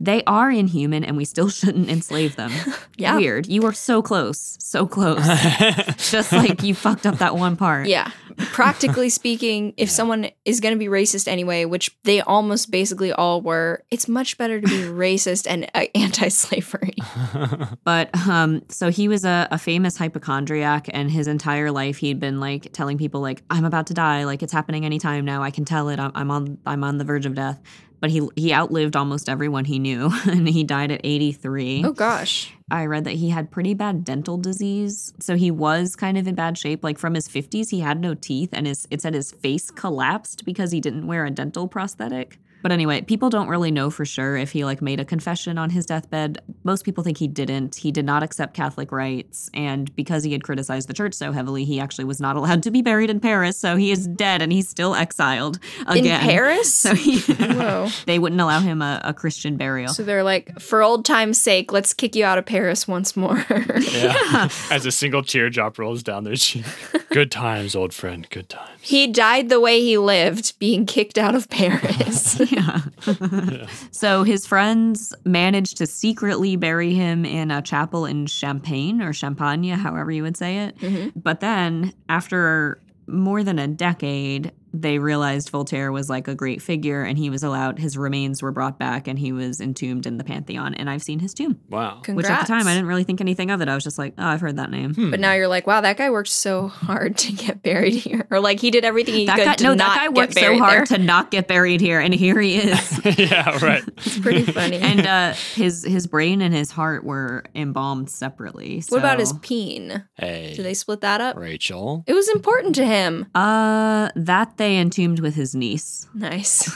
[SPEAKER 1] they are inhuman, and we still shouldn't enslave them.
[SPEAKER 2] Yeah.
[SPEAKER 1] Weird. You were so close, so close.
[SPEAKER 3] Mm-hmm.
[SPEAKER 1] Just like you fucked up that one part.
[SPEAKER 2] Yeah. Practically speaking, if someone is going to be racist anyway, which they almost basically all were, it's much better to be racist and uh, anti slavery.
[SPEAKER 1] But um, so he was a, a famous hypochondriac, and his entire life he'd been like telling people like, "I'm about to die. Like it's happening anytime now. I can tell it. I'm, I'm on. I'm on the verge of death." But he he outlived almost everyone he knew, and he died at 83.
[SPEAKER 2] Oh, gosh.
[SPEAKER 1] I read that he had pretty bad dental disease, so he was kind of in bad shape. Like from his 50s, he had no teeth, and his it said his face collapsed because he didn't wear a dental prosthetic. But anyway, people don't really know for sure if he like made a confession on his deathbed. Most people think he didn't. He did not accept Catholic rites, and because he had criticized the church so heavily, he actually was not allowed to be buried in Paris. So he is dead, and he's still exiled again.
[SPEAKER 2] In Paris?
[SPEAKER 1] So he,
[SPEAKER 2] Whoa.
[SPEAKER 1] they wouldn't allow him a, a Christian burial.
[SPEAKER 2] So they're like, for old time's sake, let's kick you out of Paris once more.
[SPEAKER 3] yeah. As a single teardrop rolls down their cheek. Good times, old friend. Good times.
[SPEAKER 2] he died the way he lived, being kicked out of Paris.
[SPEAKER 1] yeah. so his friends managed to secretly bury him in a chapel in Champagne or
[SPEAKER 2] Mm-hmm.
[SPEAKER 1] Champagne, however you would say it. But then, after more than a decade, they realized Voltaire was like a great figure and he was allowed, his remains were brought back and he was entombed in the Pantheon. And I've seen his tomb,
[SPEAKER 3] Wow.
[SPEAKER 1] which
[SPEAKER 2] Congrats.
[SPEAKER 1] at the time I didn't really think anything of it. I was just like, oh, I've heard that name.
[SPEAKER 3] Hmm.
[SPEAKER 2] But now you're like, wow, that guy worked so hard to get buried here, or like he did everything he
[SPEAKER 1] That
[SPEAKER 2] could
[SPEAKER 1] guy,
[SPEAKER 2] to
[SPEAKER 1] no,
[SPEAKER 2] not
[SPEAKER 1] that guy worked
[SPEAKER 2] get
[SPEAKER 1] so
[SPEAKER 2] buried
[SPEAKER 1] hard to
[SPEAKER 2] there.
[SPEAKER 1] not get buried here, and here he is.
[SPEAKER 3] yeah, right.
[SPEAKER 2] It's pretty funny.
[SPEAKER 1] and uh, his his brain and his heart were embalmed separately.
[SPEAKER 2] what about his
[SPEAKER 1] so-
[SPEAKER 2] peen?
[SPEAKER 3] Hey,
[SPEAKER 2] Did they split that up?
[SPEAKER 3] Rachel.
[SPEAKER 2] It was important to him.
[SPEAKER 1] Uh, that they entombed with his niece.
[SPEAKER 2] Nice.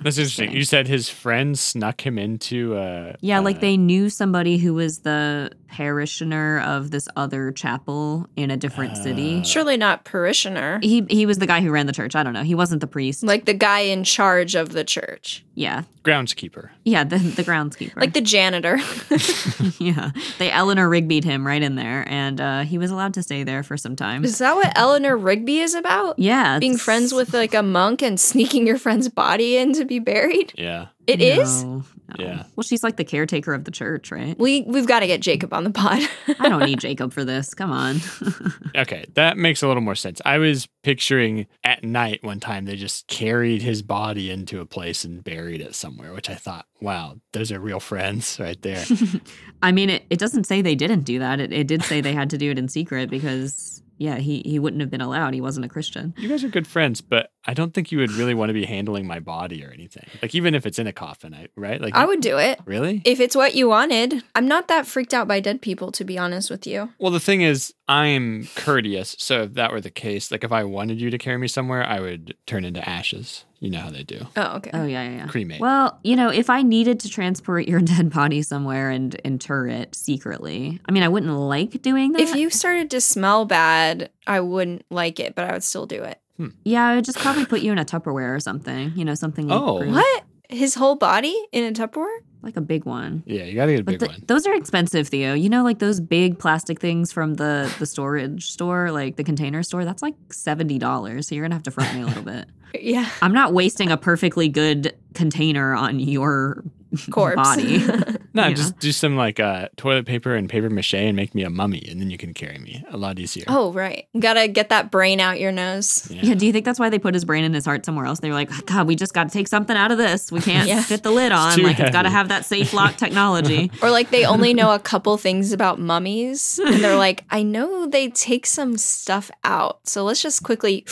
[SPEAKER 3] That's interesting. You said his friend snuck him into. Uh,
[SPEAKER 1] Yeah,
[SPEAKER 3] uh,
[SPEAKER 1] like they knew somebody who was the parishioner of this other chapel in a different city.
[SPEAKER 3] Uh,
[SPEAKER 2] Surely not parishioner.
[SPEAKER 1] He he was the guy who ran the church. I don't know. He wasn't the priest.
[SPEAKER 2] Like the guy in charge of the church,
[SPEAKER 1] yeah,
[SPEAKER 3] groundskeeper.
[SPEAKER 1] yeah, the the groundskeeper.
[SPEAKER 2] like the janitor.
[SPEAKER 1] yeah, they Eleanor Rigby'd him right in there, and uh, he was allowed to stay there for some time.
[SPEAKER 2] is that what Eleanor Rigby is about?
[SPEAKER 1] Yeah,
[SPEAKER 2] Being
[SPEAKER 1] it's-
[SPEAKER 2] friends with like a monk and sneaking your friend's body in to be buried?
[SPEAKER 3] Yeah.
[SPEAKER 2] It is.
[SPEAKER 1] No, no.
[SPEAKER 3] Yeah.
[SPEAKER 1] Well, she's like the caretaker of the church, right?
[SPEAKER 2] We we've got to get Jacob on the pod.
[SPEAKER 1] I don't need Jacob for this. Come on.
[SPEAKER 3] Okay, that makes a little more sense. I was picturing at night one time they just carried his body into a place and buried it somewhere, which I thought, wow, those are real friends right there.
[SPEAKER 1] I mean, it, it doesn't say they didn't do that. It, it did say they had to do it in secret because, yeah, he, he wouldn't have been allowed. He wasn't a Christian.
[SPEAKER 3] you guys are good friends, but I don't think you would really want to be handling my body or anything. Like even if it's in a coffin, I, right? Like
[SPEAKER 2] I would do it.
[SPEAKER 3] really.
[SPEAKER 2] If it's what you wanted, I'm not that freaked out by dead people, to be honest with you.
[SPEAKER 3] Well, the thing is, I'm courteous. So if that were the case, like if I wanted you to carry me somewhere, I would turn into ashes. You know how they do.
[SPEAKER 2] Oh, okay.
[SPEAKER 1] Oh, yeah, yeah, yeah.
[SPEAKER 3] Cremate.
[SPEAKER 1] Well, you know, if I needed to transport your dead body somewhere and inter it secretly, I mean, I wouldn't like doing that.
[SPEAKER 2] if you started to smell bad, I wouldn't like it, but I would still do it.
[SPEAKER 1] yeah, I would just probably put you in a Tupperware or something, you know, something like,
[SPEAKER 3] Oh.
[SPEAKER 1] group-
[SPEAKER 2] What? His whole body in a Tupperware?
[SPEAKER 1] like a big one.
[SPEAKER 3] yeah, you gotta get a
[SPEAKER 1] But
[SPEAKER 3] big
[SPEAKER 1] th-
[SPEAKER 3] one.
[SPEAKER 1] those are expensive, Theo. You know, like those big plastic things from the the storage store, like the container store. That's like seventy dollars. So you're gonna have to front me a little bit.
[SPEAKER 2] Yeah.
[SPEAKER 1] I'm not wasting a perfectly good container on your
[SPEAKER 2] Corpse.
[SPEAKER 1] body.
[SPEAKER 3] No,
[SPEAKER 1] Yeah.
[SPEAKER 3] just do some like uh, toilet paper and paper mache and make me a mummy, and then you can carry me a lot easier.
[SPEAKER 2] oh, right. Gotta get that brain out your nose.
[SPEAKER 1] Yeah. Do you think that's why they put his brain and his heart somewhere else? They were like, God, we just got to take something out of this. We can't
[SPEAKER 2] Yeah.
[SPEAKER 1] fit the lid on.
[SPEAKER 3] too
[SPEAKER 1] like it's got to
[SPEAKER 3] heavy.
[SPEAKER 1] have that safe lock technology.
[SPEAKER 2] Or like they only know a couple things about mummies. And they're like, I know they take some stuff out. So let's just quickly.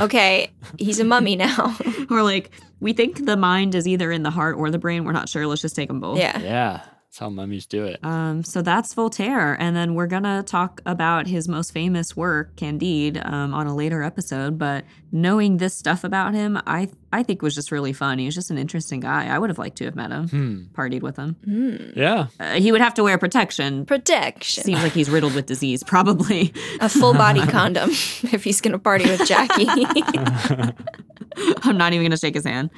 [SPEAKER 2] Okay, he's a mummy now.
[SPEAKER 1] or like, we think the mind is either in the heart or the brain. We're not sure. Let's just take them both.
[SPEAKER 2] yeah.
[SPEAKER 3] Yeah, that's how mummies do it.
[SPEAKER 2] Uh.
[SPEAKER 1] Um, so that's Voltaire. And then we're going to talk about his most famous work, Candide, um, on a later episode. But knowing this stuff about him, I, I think was just really fun. He was just an interesting guy. I would have liked to have met him,
[SPEAKER 3] Hmm.
[SPEAKER 1] partied with him.
[SPEAKER 2] Hmm.
[SPEAKER 3] Yeah.
[SPEAKER 1] Uh, he would have to wear protection.
[SPEAKER 2] Protection.
[SPEAKER 1] Seems like he's riddled with disease, probably.
[SPEAKER 2] A full body condom if he's gonna party with Jackie.
[SPEAKER 1] I'm not even going to shake his hand.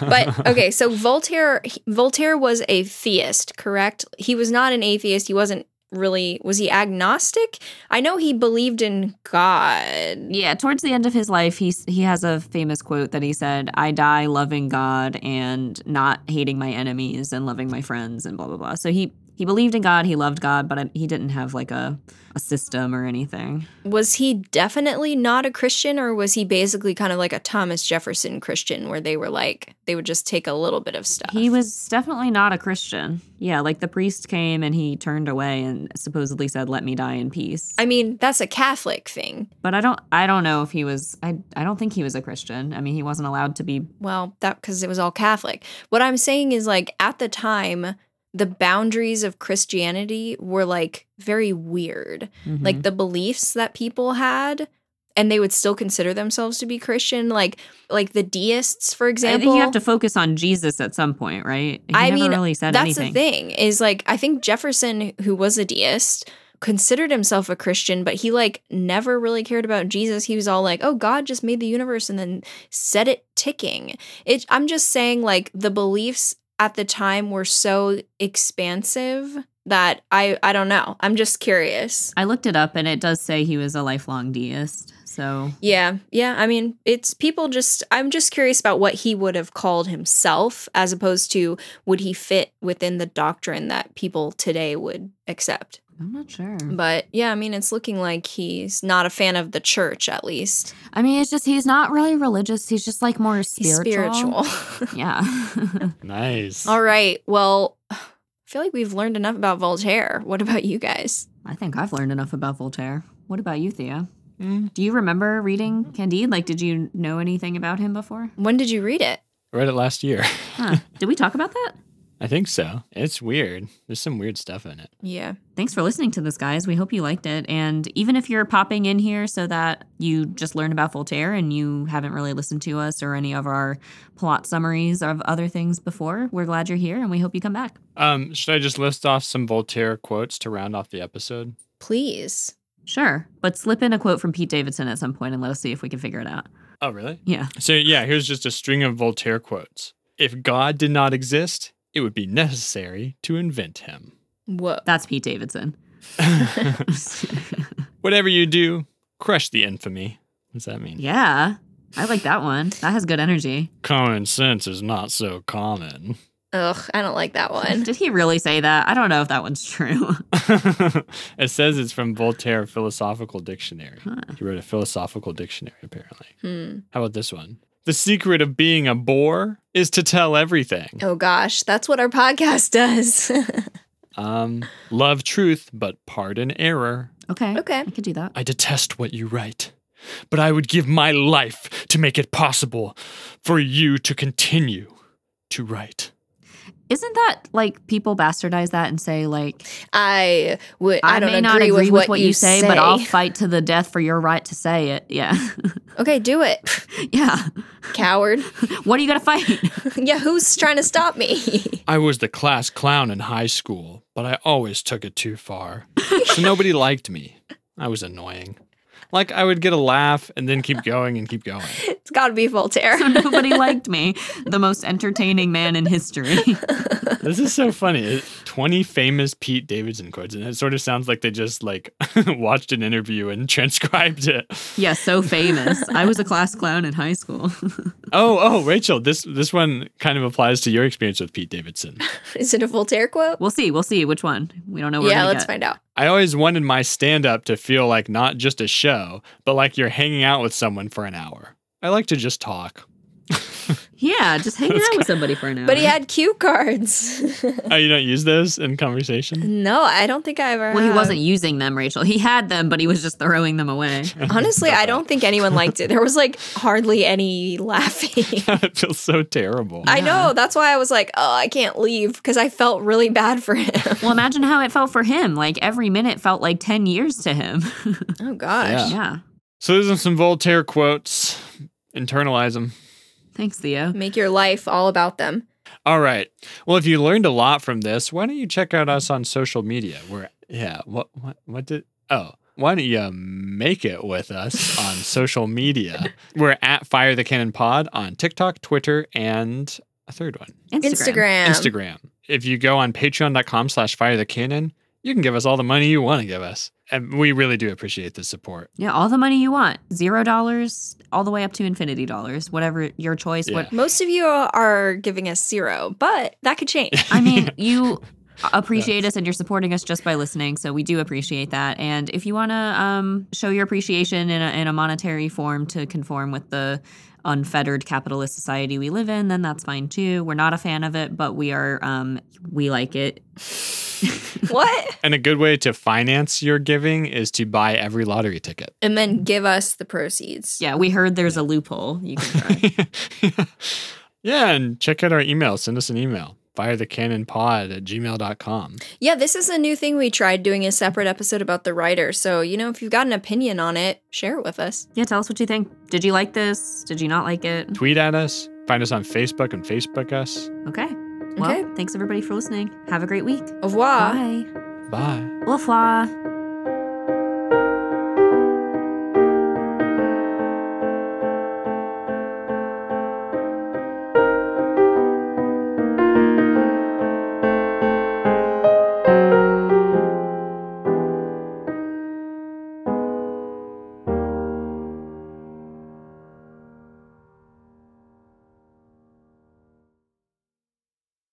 [SPEAKER 2] but okay, so Voltaire he- Voltaire was a theist, correct? He was not an atheist. He wasn't really was he agnostic? I know he believed in God.
[SPEAKER 1] Yeah, towards the end of his life, he he has a famous quote that he said, "I die loving God and not hating my enemies and loving my friends and blah blah blah." So he he believed in God, he loved God, but um, he didn't have like a a system or anything.
[SPEAKER 2] Was he definitely not a Christian or was he basically kind of like a Thomas Jefferson Christian where they were like they would just take a little bit of stuff?
[SPEAKER 1] He was definitely not a Christian. Yeah, like the priest came and he turned away and supposedly said, "Let me die in peace."
[SPEAKER 2] I mean, that's a Catholic thing.
[SPEAKER 1] but I don't I don't know if he was I I don't think he was a Christian. I mean, he wasn't allowed to be
[SPEAKER 2] Well, that because it was all Catholic. What I'm saying is, like, at the time, the boundaries of Christianity were like very weird.
[SPEAKER 1] Mm-hmm.
[SPEAKER 2] Like, the beliefs that people had. And they would still consider themselves to be Christian, like like the deists, for
[SPEAKER 1] I
[SPEAKER 2] example.
[SPEAKER 1] think you have to focus on Jesus at some point, right? He
[SPEAKER 2] I
[SPEAKER 1] never
[SPEAKER 2] mean,
[SPEAKER 1] really said
[SPEAKER 2] That's
[SPEAKER 1] anything.
[SPEAKER 2] the thing is like I think Jefferson, who was a deist, considered himself a Christian, but he like never really cared about Jesus. He was all like, "Oh, God just made the universe and then set it ticking." It. I'm just saying, like the beliefs at the time were so expansive that I I don't know. I'm just curious.
[SPEAKER 1] I looked it up and it does say he was a lifelong deist. So
[SPEAKER 2] Yeah, yeah. I mean, it's people just, I'm just curious about what he would have called himself as opposed to would he fit within the doctrine that people today would accept.
[SPEAKER 1] I'm not sure.
[SPEAKER 2] But yeah, I mean, it's looking like he's not a fan of the church, at least.
[SPEAKER 1] I mean, it's just he's not really religious. He's just like more
[SPEAKER 2] He's
[SPEAKER 1] spiritual.
[SPEAKER 2] spiritual.
[SPEAKER 1] Yeah.
[SPEAKER 3] Nice.
[SPEAKER 2] All right. Well, I feel like we've learned enough about Voltaire. What about you guys?
[SPEAKER 1] I think I've learned enough about Voltaire. What about you, Thea?
[SPEAKER 3] Mm.
[SPEAKER 1] Do you remember reading Candide? Like, did you know anything about him before?
[SPEAKER 2] When did you read it?
[SPEAKER 3] I read it last year.
[SPEAKER 1] Huh. did we talk about that?
[SPEAKER 3] I think so. It's weird. There's some weird stuff in it.
[SPEAKER 2] Yeah.
[SPEAKER 1] Thanks for listening to this, guys. We hope you liked it. And even if you're popping in here so that you just learned about Voltaire and you haven't really listened to us or any of our plot summaries of other things before, we're glad you're here and we hope you come back.
[SPEAKER 3] Um, should I just list off some Voltaire quotes to round off the episode?
[SPEAKER 2] Please.
[SPEAKER 1] Sure. But slip in a quote from Pete Davidson at some point and let us see if we can figure it out.
[SPEAKER 3] Oh, really?
[SPEAKER 1] Yeah.
[SPEAKER 3] So, yeah, here's just a string of Voltaire quotes. If God did not exist, it would be necessary to invent him.
[SPEAKER 2] Whoa.
[SPEAKER 1] That's Pete Davidson.
[SPEAKER 3] Whatever you do, crush the infamy. What does that mean?
[SPEAKER 1] yeah. I like that one. That has good energy.
[SPEAKER 3] Common sense is not so common.
[SPEAKER 2] Ugh, I don't like that one.
[SPEAKER 1] Did he really say that? I don't know if that one's true.
[SPEAKER 3] it says it's from Voltaire Philosophical Dictionary.
[SPEAKER 1] Huh.
[SPEAKER 3] He wrote a philosophical dictionary, apparently.
[SPEAKER 2] Hmm.
[SPEAKER 3] How about this one? The secret of being a bore is to tell everything.
[SPEAKER 2] Oh gosh, that's what our podcast does.
[SPEAKER 3] Um, love truth, but pardon error.
[SPEAKER 1] Okay.
[SPEAKER 2] okay.
[SPEAKER 1] I could do that.
[SPEAKER 3] I detest what you write, but I would give my life to make it possible for you to continue to write.
[SPEAKER 1] Isn't that like people bastardize that and say like
[SPEAKER 2] I would I, don't
[SPEAKER 1] may
[SPEAKER 2] agree,
[SPEAKER 1] not agree
[SPEAKER 2] with, what
[SPEAKER 1] you say, but I'll fight to the death for your right to say it. Yeah.
[SPEAKER 2] Okay, do it.
[SPEAKER 1] yeah.
[SPEAKER 2] Coward.
[SPEAKER 1] What are you going to fight?
[SPEAKER 2] yeah, who's trying to stop me?
[SPEAKER 3] I was the class clown in high school, but I always took it too far. so nobody liked me. I was annoying. Like I would get a laugh and then keep going and keep going.
[SPEAKER 2] it's got to be Voltaire.
[SPEAKER 1] so nobody liked me, the most entertaining man in history.
[SPEAKER 3] This is so funny. It- 20 famous Pete Davidson quotes, and it sort of sounds like they just like watched an interview and transcribed it.
[SPEAKER 1] yeah, so famous. I was a class clown in high school.
[SPEAKER 3] Oh, oh, Rachel, this this one kind of applies to your experience with Pete Davidson.
[SPEAKER 2] Is it a Voltaire quote?
[SPEAKER 1] we'll see. We'll see which one. We don't know where
[SPEAKER 2] yeah,
[SPEAKER 1] we're
[SPEAKER 2] let's
[SPEAKER 1] going to
[SPEAKER 2] find out.
[SPEAKER 3] I always wanted my stand up to feel like not just a show, but like you're hanging out with someone for an hour. I like to just talk.
[SPEAKER 1] Yeah, just hanging out with somebody for an hour.
[SPEAKER 2] But he had cue cards.
[SPEAKER 3] Oh, you don't use those in conversation?
[SPEAKER 2] no, I don't think I ever.
[SPEAKER 1] well, he
[SPEAKER 2] have.
[SPEAKER 1] wasn't using them, Rachel. He had them, but he was just throwing them away.
[SPEAKER 2] Honestly, I don't think anyone liked it. There was like hardly any laughing.
[SPEAKER 3] it feels so terrible.
[SPEAKER 2] I know. That's why I was like, oh, I can't leave because I felt really bad for him.
[SPEAKER 1] Well, imagine how it felt for him. Like every minute felt like 10 years to him.
[SPEAKER 2] oh, gosh.
[SPEAKER 3] Yeah.
[SPEAKER 1] yeah.
[SPEAKER 3] so these are some Voltaire quotes. Internalize them.
[SPEAKER 1] Thanks, Theo.
[SPEAKER 2] Make your life all about them.
[SPEAKER 3] All right. Well, if you learned a lot from this, why don't you check out us on social media? Where yeah, what what what did oh. Why don't you make it with us on social media? We're at Fire the Cannon Pod on TikTok, Twitter, and a third one,
[SPEAKER 2] Instagram.
[SPEAKER 3] Instagram. If you go on patreon.com slash fire the cannon, you can give us all the money you want to give us. And we really do appreciate the support.
[SPEAKER 1] Yeah, all the money you want. Zero dollars, all the way up to infinity dollars, whatever your choice. What
[SPEAKER 3] Yeah.
[SPEAKER 2] Most of you are giving us zero, but that could change.
[SPEAKER 1] I mean, you appreciate us and you're supporting us just by listening, so we do appreciate that. And if you want to um, show your appreciation in a, in a monetary form to conform with the unfettered capitalist society we live in, then that's fine too. We're not a fan of it, but we are um, we like it.
[SPEAKER 2] what?
[SPEAKER 3] And a good way to finance your giving is to buy every lottery ticket.
[SPEAKER 2] And then give us the proceeds.
[SPEAKER 1] Yeah, we heard there's a loophole you can try.
[SPEAKER 3] yeah, and check out our email. Send us an email. Firethecannonpod at gmail.com.
[SPEAKER 2] Yeah, this is a new thing we tried doing a separate episode about the writer. So, you know, if you've got an opinion on it, share it with us.
[SPEAKER 1] yeah, tell us what you think. Did you like this? Did you not like it?
[SPEAKER 3] Tweet at us. Find us on Facebook and Facebook us.
[SPEAKER 1] Okay. Well,
[SPEAKER 2] Okay.
[SPEAKER 1] thanks everybody for listening. Have a great week.
[SPEAKER 2] Au revoir.
[SPEAKER 1] Bye.
[SPEAKER 3] Bye.
[SPEAKER 1] Au revoir.